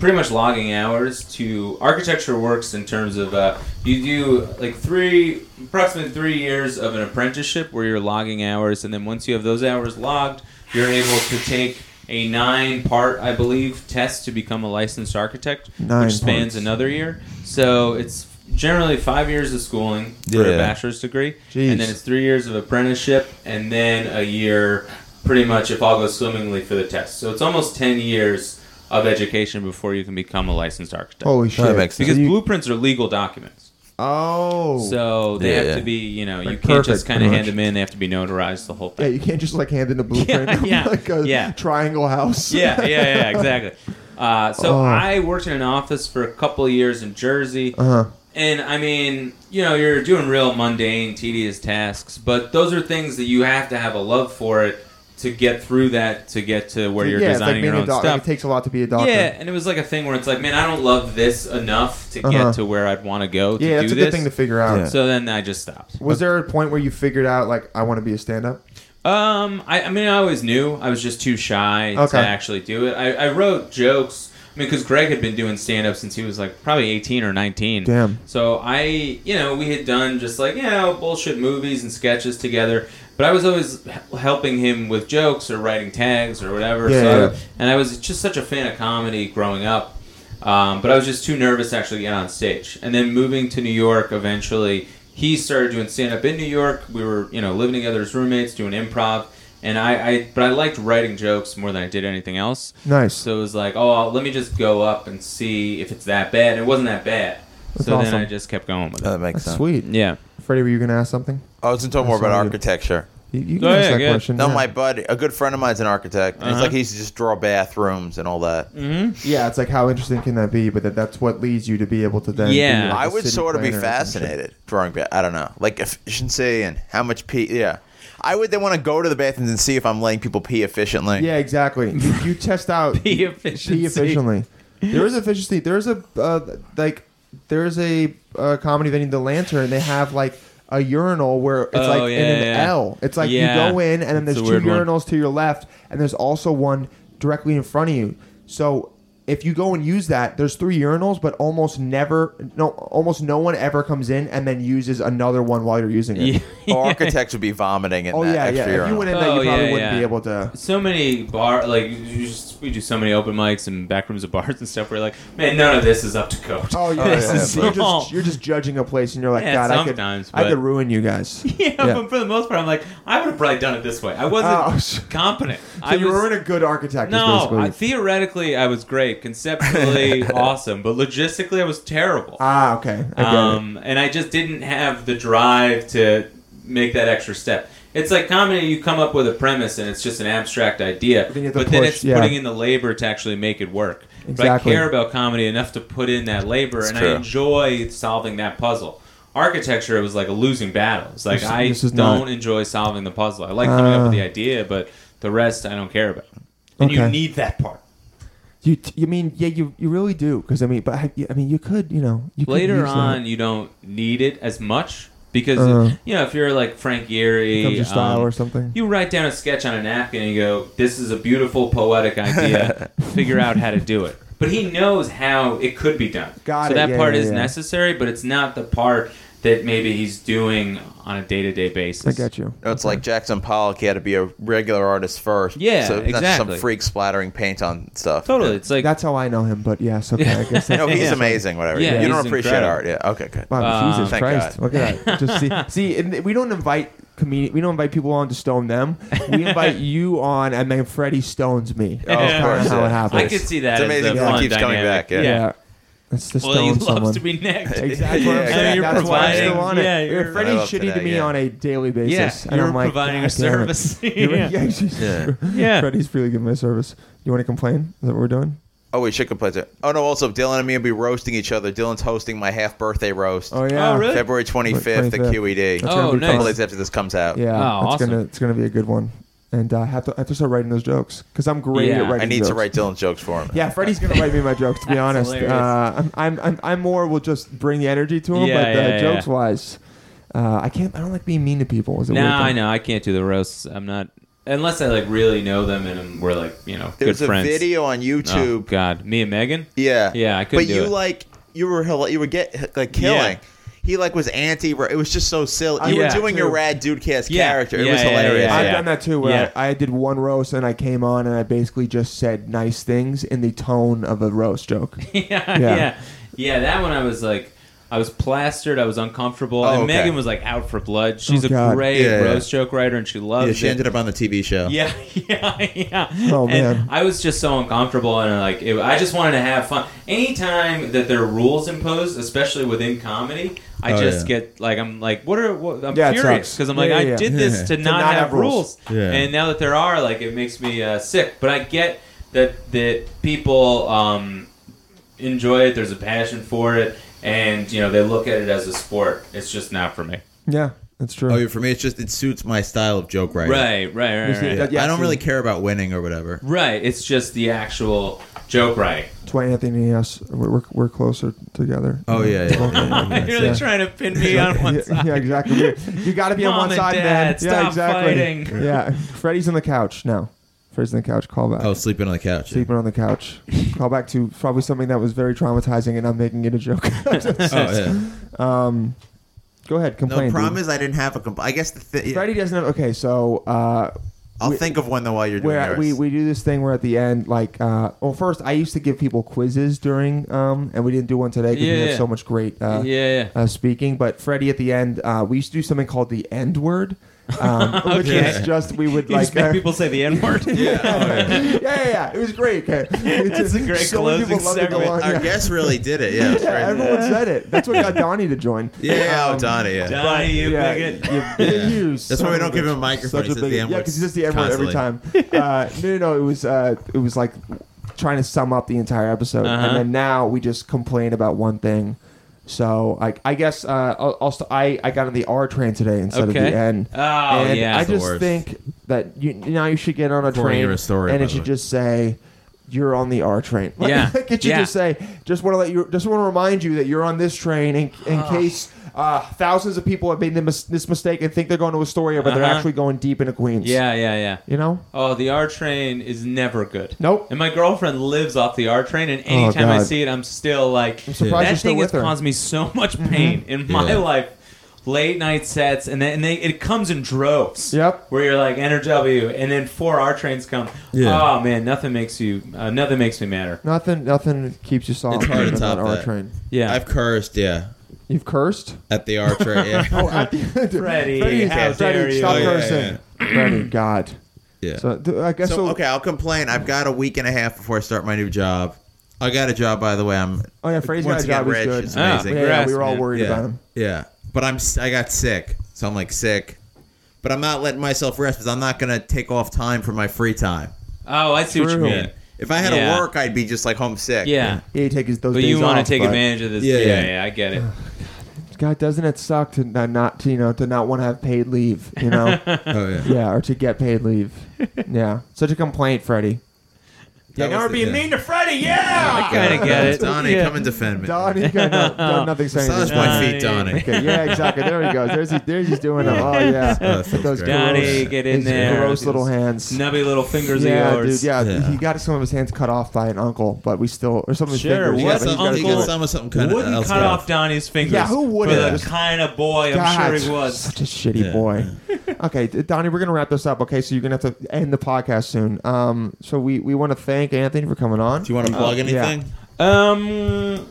D: pretty much logging hours to architecture works in terms of uh, you do like three approximately three years of an apprenticeship where you're logging hours, and then once you have those hours logged, you're able to take a nine part I believe test to become a licensed architect,
A: Nine
D: which spans
A: parts.
D: another year. So it's generally five years of schooling for
C: Yeah.
D: a bachelor's degree,
A: Jeez.
D: and then it's three years of apprenticeship, and then a year, pretty much, if all goes swimmingly, for the test. So it's almost ten years of education before you can become a licensed architect.
A: Holy shit.
C: makes sense.
D: because
A: So you-
D: blueprints are legal documents,
A: oh.
D: so they
C: Yeah.
D: have to be, you know, you
A: Like
D: can't
A: perfect,
D: just kind of
A: pretty
D: hand
A: much.
D: them in; they have to be notarized. The whole
A: yeah,
D: thing.
A: you can't just like hand in a blueprint
D: Yeah,
A: of,
D: yeah,
A: like a
D: yeah.
A: triangle house.
D: yeah, yeah, yeah, exactly. Uh, so
A: Oh.
D: I worked in an office for a couple of years in Jersey.
A: Uh-huh.
D: And I mean, you know, you're doing real mundane, tedious tasks, but those are things that you have to have a love for it to get through that, to get to where you're
A: yeah, it's like
D: designing
A: being
D: your
A: a
D: own
A: doctor.
D: stuff.
A: It takes a lot to be a doctor.
D: Yeah, and it was like a thing where it's like, man, I don't love this enough to
A: Uh-huh.
D: get to where I'd want to go to
A: Yeah,
D: do
A: that's a
D: this.
A: good thing to figure out.
C: Yeah.
D: So then I just stopped.
A: Was there a point where you figured out like I want to be a stand-up?
D: Um, I, I mean, I always knew I was just too shy
A: Okay.
D: to actually do it. I, I wrote jokes. I mean, because Greg had been doing stand up since he was like probably 18 or 19.
A: Damn.
D: So I, you know, we had done just like, you know, bullshit movies and sketches together. But I was always h- helping him with jokes or writing tags or whatever.
A: Yeah,
D: so I-
A: yeah.
D: and I was just such a fan of comedy growing up. Um, but I was just too nervous to actually get on stage. And then moving to New York eventually, he started doing stand up in New York. We were, you know, living together as roommates, doing improv. And I, I, but I liked writing jokes more than I did anything else.
A: Nice.
D: So it was like, oh, I'll- let me just go up and see if it's that bad. It wasn't that bad.
A: That's
D: so
A: awesome. Uh,
D: then I just kept going with
C: Oh,
D: it.
C: that makes
A: That's
C: sense.
A: sweet.
D: Yeah.
A: Freddie, were you going to ask something?
C: I was talking more
A: That's
C: about
A: all good.
C: architecture.
A: You, you can
D: Oh,
A: ask
D: yeah,
A: that
D: good.
A: question.
C: No,
A: yeah.
C: my buddy, a good friend of mine's an architect. And It's
D: Uh-huh.
C: like he used to just draw bathrooms and all that.
A: Yeah, it's Mm-hmm. like how interesting can that be? But that, that's what leads you to be able to then. be,
D: Yeah.
A: like, a
C: I would
A: city
C: sort of be
A: planner or some shit.
C: fascinated drawing. Ba- I don't know, like efficiency and how much pee. Yeah, I would then want to go to the bathrooms and see if I'm letting people pee efficiently.
A: Yeah, exactly. You, you test out
D: Pee
A: pee
D: efficiency.
A: efficiently. There is efficiency. There is a uh, like there is a uh, comedy venue, The Lantern. They have like a urinal where it's
D: Oh,
A: like in
D: yeah,
A: an
D: yeah.
A: L. It's like
D: Yeah.
A: you go in and then
D: It's
A: there's
D: a
A: two
D: weird one.
A: urinals to your left, and there's also one directly in front of you. So if you go and use that, there's three urinals, but almost never, no, almost no one ever comes in and then uses another one while you're using it.
D: Yeah.
C: Or architects would be vomiting in
A: Oh
C: that
A: yeah, yeah.
C: extra
A: If you
C: urinal.
A: went in there,
D: Oh,
A: you probably
D: yeah,
A: wouldn't
D: yeah.
A: be able to.
D: so many bar like you just, we do so many open mics and back rooms of bars and stuff. We're like, man, none of this is up to code.
A: Oh yeah,
D: this
A: yeah,
D: is
A: you're
D: all-
A: just you're just judging a place, and you're like,
D: Yeah,
A: God, I could,
D: sometimes,
A: I could
D: but-
A: ruin you guys.
D: yeah, but for the most part, I'm like, I would have probably done it this way. I wasn't
A: Oh, so-
D: competent. I
A: So you
D: was,
A: were in a good architect. is
D: no,
A: basically-
D: I, theoretically, I was great. Conceptually, awesome, but logistically, I was terrible.
A: ah, okay. I get it.
D: um, and I just didn't have the drive to make that extra step. It's like comedy, you come up with a premise and it's just an abstract idea,
A: Then you have to
D: but then
A: push,
D: it's
A: yeah.
D: putting in the labor to actually make it work.
A: Exactly.
D: But I care about comedy enough to put in that labor and
C: true.
D: I enjoy solving that puzzle. Architecture was like a losing battle. It's like
A: This-
D: I
A: this is
D: don't
A: not-
D: enjoy solving the puzzle. I like coming up
A: Ah.
D: with the idea, but the rest I don't care about. And you
A: Okay.
D: need that part.
A: You, t- you mean yeah, you you really do because I mean, but I, I mean, you could you know you could
D: later
A: use that.
D: on you don't need it as much because
A: Uh-huh.
D: you know if you're like Frank
A: becomes
D: Gehry,
A: your style
D: um,
A: or something.
D: you write down a sketch on a napkin and you go, "This is a beautiful poetic idea. Figure out how to do it." But he knows how it could be done.
A: Got
D: so
A: it.
D: that
A: Yeah,
D: part
A: yeah,
D: is
A: yeah.
D: necessary, but it's not the part that maybe he's doing on a day-to-day basis.
A: I get you.
D: uh,
C: No, it's like Jackson Pollock he had to be a regular artist first.
D: Yeah,
C: so not just some
D: exactly.
C: freak splattering paint on stuff.
D: Totally,
C: Yeah.
D: it's like Oh,
A: That's how I know him. But yes, okay. I guess
C: No,
A: that's,
C: he's
D: Yeah.
C: amazing. Whatever.
D: Yeah,
C: you don't
D: he's
C: appreciate
D: incredible.
C: art. Yeah. Okay. Good.
A: wow,
D: Uh,
A: Jesus
C: thank
A: Christ!
C: God.
A: Look at that. Just see, see, and we don't invite comedian. We don't invite people on to stone them. We invite you on, and then Freddie stones me.
C: Oh, of
A: That's kinda
C: course,
A: how
C: yeah.
A: it happens.
D: I could see that.
C: It's
D: as
C: amazing
D: the
C: how it
D: fun
C: keeps coming
D: dynamic.
C: back, yeah.
A: Yeah. That's the
D: Well, he
A: stone
D: loves
A: someone.
D: to be necked.
A: Exactly.
C: Yeah,
A: That's why-
C: exactly.
A: That's why I'm still on it.
D: Yeah,
A: You're
D: you're-
A: Freddie's
C: I love
A: shitty
C: that,
A: to me
C: yeah.
A: on a daily basis.
D: Yeah,
A: and
D: you're
A: I'm like,
D: providing
A: God
D: a
A: damn it.
D: service.
A: You're-
D: Yeah.
A: yeah, Jesus.
C: Yeah.
D: Yeah.
A: Freddie's really giving me a service. You want to complain? Is that what we're doing?
C: Oh wait, shit complains. Oh no. Also, Dylan and me will be roasting each other. Dylan's hosting my half birthday roast.
A: Oh yeah.
D: Oh, really?
C: February 25th, at
A: 25th.
C: QED.
A: That's
D: Oh,
A: gonna be
D: nice.
C: couple
A: fun.
C: days after this comes out.
A: Yeah.
D: Oh,
A: it's gonna
D: awesome.
A: it's gonna be a good one. And uh, I have to I have to start writing those jokes because I'm great
D: Yeah.
A: at writing.
C: I need
A: jokes.
C: to write Dylan's jokes for him.
A: Yeah, Freddie's gonna write me my jokes. To be
D: That's
A: honest,
D: hilarious.
A: uh, I'm, I'm I'm I'm more will just bring the energy to him,
D: Yeah,
A: but uh,
D: yeah, yeah.
A: jokes wise, uh, I can't. I don't like being mean to people. Is it
D: No,
A: weird thing?
D: I know I can't do the roasts. I'm not unless I like really know them and I'm- we're like you know
C: There's
D: good
C: a
D: friends.
C: video on
D: Oh
C: YouTube.
D: God, me and Megan.
C: Yeah.
D: Yeah, I
C: But
D: couldn't do
C: you
D: it.
C: like you were hila- you were get like killing.
D: Yeah.
C: He like was anti. It was just so silly.
A: I
C: You
D: did
C: were
D: that
C: doing your
A: too.
C: rad dude cast
D: Yeah.
C: character. It
D: Yeah,
C: was
D: yeah, yeah,
C: hilarious.
D: yeah,
A: I've
D: yeah.
A: done that too. Where
D: Yeah.
A: I, I did one roast and I came on and I basically just said nice things in the tone of a roast joke.
D: yeah,
A: Yeah.
D: yeah, yeah. That one I was like, I was plastered. I was uncomfortable.
C: Oh,
D: and
C: okay.
D: Megan was like out for blood. She's
A: Oh,
D: a
A: God.
D: great
C: Yeah, yeah.
D: roast joke writer, and she loves it.
C: up on the TV show.
D: Yeah, yeah, yeah.
A: Oh,
D: And
A: man.
D: I was just so uncomfortable, and like it, I just wanted to have fun. Anytime that there are rules imposed, especially within comedy, I
C: Oh,
D: just
C: yeah.
D: get like I'm like, what are what, I'm
A: Yeah, it
D: furious
A: sucks.
D: because I'm like
A: Yeah, yeah,
D: I
A: yeah.
D: did this to, not have, rules,
C: Yeah.
D: and now that there are, like it makes me uh, sick. But I get that that people um, enjoy it. There's a passion for it, and you know they look at it as a sport. It's just not for me.
A: yeah, that's
D: Oh,
A: true.
C: for me, it's just it suits my style of joke writing.
D: Right, right, right.
A: You see,
D: right.
A: that- yeah, see,
C: care about winning or whatever.
D: Right, it's just the actual joke writing.
A: That's why Anthony and us we're, we're, we're closer together.
D: You're really
A: Yeah.
D: trying to pin me on one
A: yeah,
D: side.
A: yeah, exactly. You- You got to be on
D: Mom
A: one
D: and
A: side,
D: Dad,
A: man. yeah,
D: stop
A: exactly.
D: fighting.
A: Yeah, Freddie's on the couch now. Freddie's on the couch. Call back.
C: sleeping on the couch.
A: Sleeping on the couch. Call back to probably something that was very traumatizing, and I'm making it a joke.
D: Oh,
C: yeah.
A: um, go ahead, complain.
C: No, the problem
A: dude.
C: is I didn't have a. Compl- I guess the thing.
A: Freddie doesn't have. Okay, so uh,
C: I'll
A: We-
C: think of one though while you're doing
A: where
C: yours.
A: we, we do this thing where at the end like uh well first i used to give people quizzes during um and we didn't do one today because
D: Yeah,
A: we
D: yeah.
A: have so much great uh,
D: Yeah, yeah.
A: uh speaking but freddie at the end uh we used to do something called the end word um which
E: Okay.
A: is just we would
E: You
A: like
E: just make
A: uh,
E: people say the N word.
D: Oh,
A: yeah, yeah, yeah. It was great. Okay.
E: That's a great
A: so many
E: closing
A: people loved it
E: segment.
A: along,
C: Our
A: yeah.
C: guest really did it. Yeah, it was
A: Yeah,
C: great.
A: everyone said it. That's what got Donnie to join.
C: yeah,
A: Um,
C: oh, Donnie. Yeah.
E: Donnie, you
A: yeah,
E: bigot.
A: you bigot, you
C: That's why we
A: son
C: don't
A: of
C: give
A: bitch.
C: him a microphone.
A: Such
C: He
A: a
C: says
A: bigot.
C: the
A: Yeah,
C: N-word
A: because he's just the N word every time. Uh, no, no, no. It was uh, it was like trying to sum up the entire episode,
D: Uh-huh.
A: and then now we just complain about one thing. So I, I guess uh, I'll, I'll st- I I got on the R train today instead of
D: Okay.
A: the N.
D: Oh,
A: and
D: yeah.
A: I
D: It's the
A: just
C: worst.
A: think that you now you should get on a
C: Before I
A: train
C: hear a story,
A: and
C: by
A: it
C: the
A: should
C: way.
A: just say you're on the R train. Like,
D: Yeah.
A: like it should
D: Yeah.
A: just say just want to let you just want to remind you that you're on this train in, in case uh, thousands of people have made the mis- this mistake and think they're going to Astoria, but they're
D: Uh-huh.
A: actually going deep into Queens.
D: Yeah, yeah, yeah.
A: You know?
D: Oh, the R train is never good.
A: Nope. Oh,
D: And my girlfriend lives off the R train, and anytime I
A: God.
D: see it, I'm still like,
A: surprised
D: that
A: you're still
D: thing
A: with
D: has
A: her." Mm-hmm.
D: caused me so much pain in my
C: Yeah.
D: life. Late night sets, and then and they, it comes in droves.
A: Yep.
D: Where you're like NRW, and then four R trains come.
C: Yeah.
D: Oh man, nothing makes you, uh, nothing makes me madder.
A: Nothing nothing keeps you soft
C: It's hard to
A: than
C: top
A: that R
C: that.
A: train.
D: Yeah.
C: I've cursed. Yeah,
A: You've cursed?
C: at the archer. Yeah.
A: Oh, at the
D: Freddie,
A: Freddie,
D: how
A: Freddie,
D: dare you.
A: stop
C: Oh, yeah,
A: cursing.
C: yeah,
A: Freddie, God.
C: yeah.
A: Oh, So th- I guess
C: So,
A: so.
C: okay, I'll complain. I've got a week and a half before I start my new job. I got a job, by the way. I'm
A: Oh yeah, Freddie's got
C: Once
A: a
C: again,
A: job. He's
C: Reg,
A: good.
C: it's
A: Yeah,
C: amazing.
A: yeah, we were all
D: Congrats,
A: worried
C: yeah,
A: about him.
C: Yeah, but I'm s- I got sick, so I'm like sick. But I'm not letting myself rest because I'm not gonna take off time for my free time.
D: Oh, I see what
A: True.
D: you mean.
C: If I had
D: Yeah.
C: to work, I'd be just like homesick.
D: Yeah.
A: Yeah, you take his those
D: But
A: days
D: you want
A: off,
D: to take
A: but-
D: advantage of this.
C: Yeah,
D: Yeah,
C: yeah.
D: yeah, I get it.
A: God, doesn't it suck to not, not to, you know to not want to have paid leave? You know,
C: Oh yeah.
A: yeah, or to get paid leave. Yeah, such a complaint, Freddie.
C: Yeah, now we're being mean
D: to Freddy. Yeah, I kind of get it.
C: Donnie,
D: Yeah.
C: come and defend me.
A: Donnie got no, done nothing saying
C: Massage
A: anything.
C: my feet,
D: Donnie.
C: Donnie.
A: Okay, yeah, exactly. There he goes. There's he, there's he's doing them. Oh yeah,
C: Oh, that feels
A: With those
C: great.
A: gross,
D: Donnie, get in
A: his
D: there.
A: gross little hands.
D: Nubby little fingers
A: yeah,
D: of yours.
A: dude. Yeah,
C: Yeah.
A: he got some of his hands cut off by an uncle, but we still or some of his
D: Sure,
A: fingers.
C: He
A: yeah,
C: got
D: what's
A: but he's
C: some,
A: gotta
C: he
A: get
C: got
D: uncle-
A: it.
C: some, some kind
D: Wouldn't
C: of else
D: cut
C: there.
D: off Donnie's fingers.
A: Yeah, who would've?
D: For the
A: Just-
D: kind of boy I'm sure he
A: God,
D: was.
A: Such a shitty
C: Yeah.
A: boy. okay, D- Donnie, we're gonna wrap this up. Okay, so you're gonna have to end the podcast soon. Um, so we we want to thank Anthony for coming on.
C: Do you want to plug
A: yeah.
C: anything?
D: Um,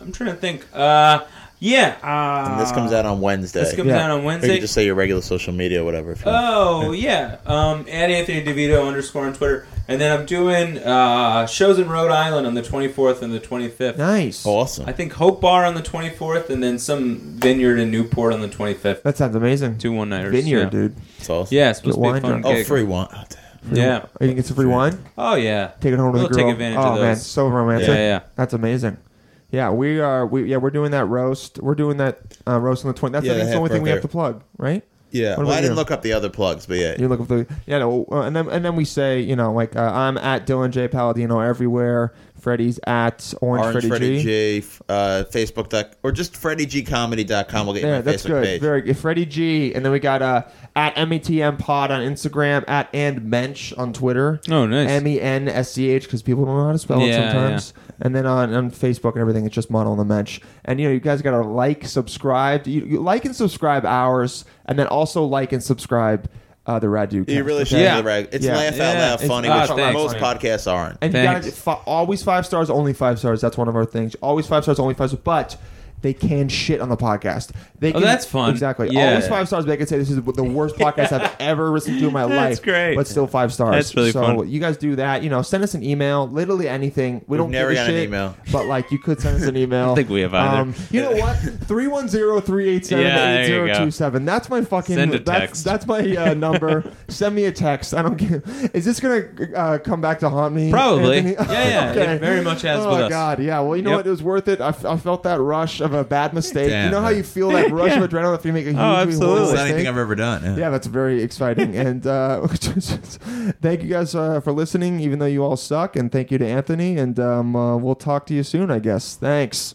D: I'm trying to think. Uh, yeah. Uh,
C: And this comes out on Wednesday.
D: This comes
A: Yeah.
D: out on
C: or you
D: Wednesday.
C: can just say your regular social media, whatever. If you
A: Uh,
C: want.
D: Oh yeah, um, at Anthony DeVito underscore on Twitter, and then I'm doing uh, shows in Rhode Island on the 24th and the 25th.
A: Nice.
C: Oh, awesome.
D: I think Hope Bar on the 24th, and then some vineyard in Newport on the 25th.
A: That sounds amazing.
D: Two one nighters.
A: Vineyard,
D: yeah.
A: dude.
C: It's awesome.
D: Yeah, it's supposed
A: Get
D: to be a
A: wine
D: fun
A: drunk.
C: Oh,
D: gig.
C: free one. Oh, damn.
D: Yeah.
A: Oh, you can get some free wine.
D: Oh yeah.
A: Take it home to
D: We'll
A: the girl.
D: take advantage
A: oh
D: of
A: man,
D: those.
A: so romantic.
D: Yeah, yeah.
A: That's amazing. Yeah, we are. We yeah, we're doing that roast. We're doing that uh, roast on the twenty. That's
C: Yeah,
A: I think
C: the
A: the only
C: half
A: thing we
C: birthday.
A: have to plug, right?
C: Yeah.
A: What
C: Well, I
A: about
C: didn't
A: you?
C: look up the other plugs, but yeah.
A: You look for the yeah, no, uh, and then and then we say you know like uh, I'm at Dylan J Paladino everywhere. Freddie's at Orange,
C: Orange
A: Freddie,
C: Freddy
A: G.
C: G, f- uh, Facebook doc, or just FreddyGComedy.com will get you
A: Yeah,
C: my
A: that's
C: Facebook
A: good.
C: page.
A: Very good. Freddie G. And then we got uh, at METM Pod on Instagram, at and Mensch on Twitter.
D: Oh, nice.
A: M E N S C H because people don't know how to spell
D: Yeah,
A: it sometimes. And then on, on Facebook and everything, it's just Model and the Mensch. And you know, you guys got to like, subscribe, you, you like and subscribe ours, and then also like and subscribe uh, the Radu.
C: You
A: Cast,
C: really
A: okay?
C: should.
D: Yeah.
C: have the reg- It's
A: Yeah.
C: laugh out
D: Yeah.
C: loud
D: It's-
C: funny,
D: ah,
C: which
D: thanks,
C: most
D: man.
C: podcasts aren't.
A: And you gotta
D: Thanks.
A: fi- always five stars, only five stars. That's one of our things. Always five stars, only five stars. But they can shit on the podcast. They can,
D: Oh, that's fun.
A: Exactly.
D: Yeah.
A: Always five stars. but They can say this is the worst podcast I've ever listened to in my life.
D: great.
A: But still five stars.
D: That's really
A: so
D: fun.
A: you guys do that. You know, send us an email. Literally anything. We don't
C: never
A: give a
C: got an
A: shit,
C: email.
A: But like, you could send us an email. I
D: think we have either.
A: you know what? 310-387-8027.
D: Yeah, there you
A: That's my fucking.
D: Send a
A: that's-
D: text.
A: That's, my uh, number. send me a text. I don't care. Is this gonna uh, come back to haunt me?
D: Probably.
A: Anthony?
D: Yeah, yeah, it very much has
A: Oh
D: with us.
A: God, yeah. Well, you know
D: Yep.
A: what? It was worth it. I, f- I felt that rush of a bad mistake.
C: Damn,
A: you know how
C: man.
A: you feel that rush of adrenaline if you make a huge
D: Oh, absolutely.
A: horrible
C: It's not
D: It's
A: mistake.
C: anything I've ever done.
A: Yeah, that's very exciting. and uh, thank you guys uh, for listening, even though you all suck. And thank you to Anthony. And um, uh, we'll talk to you soon, I guess. Thanks.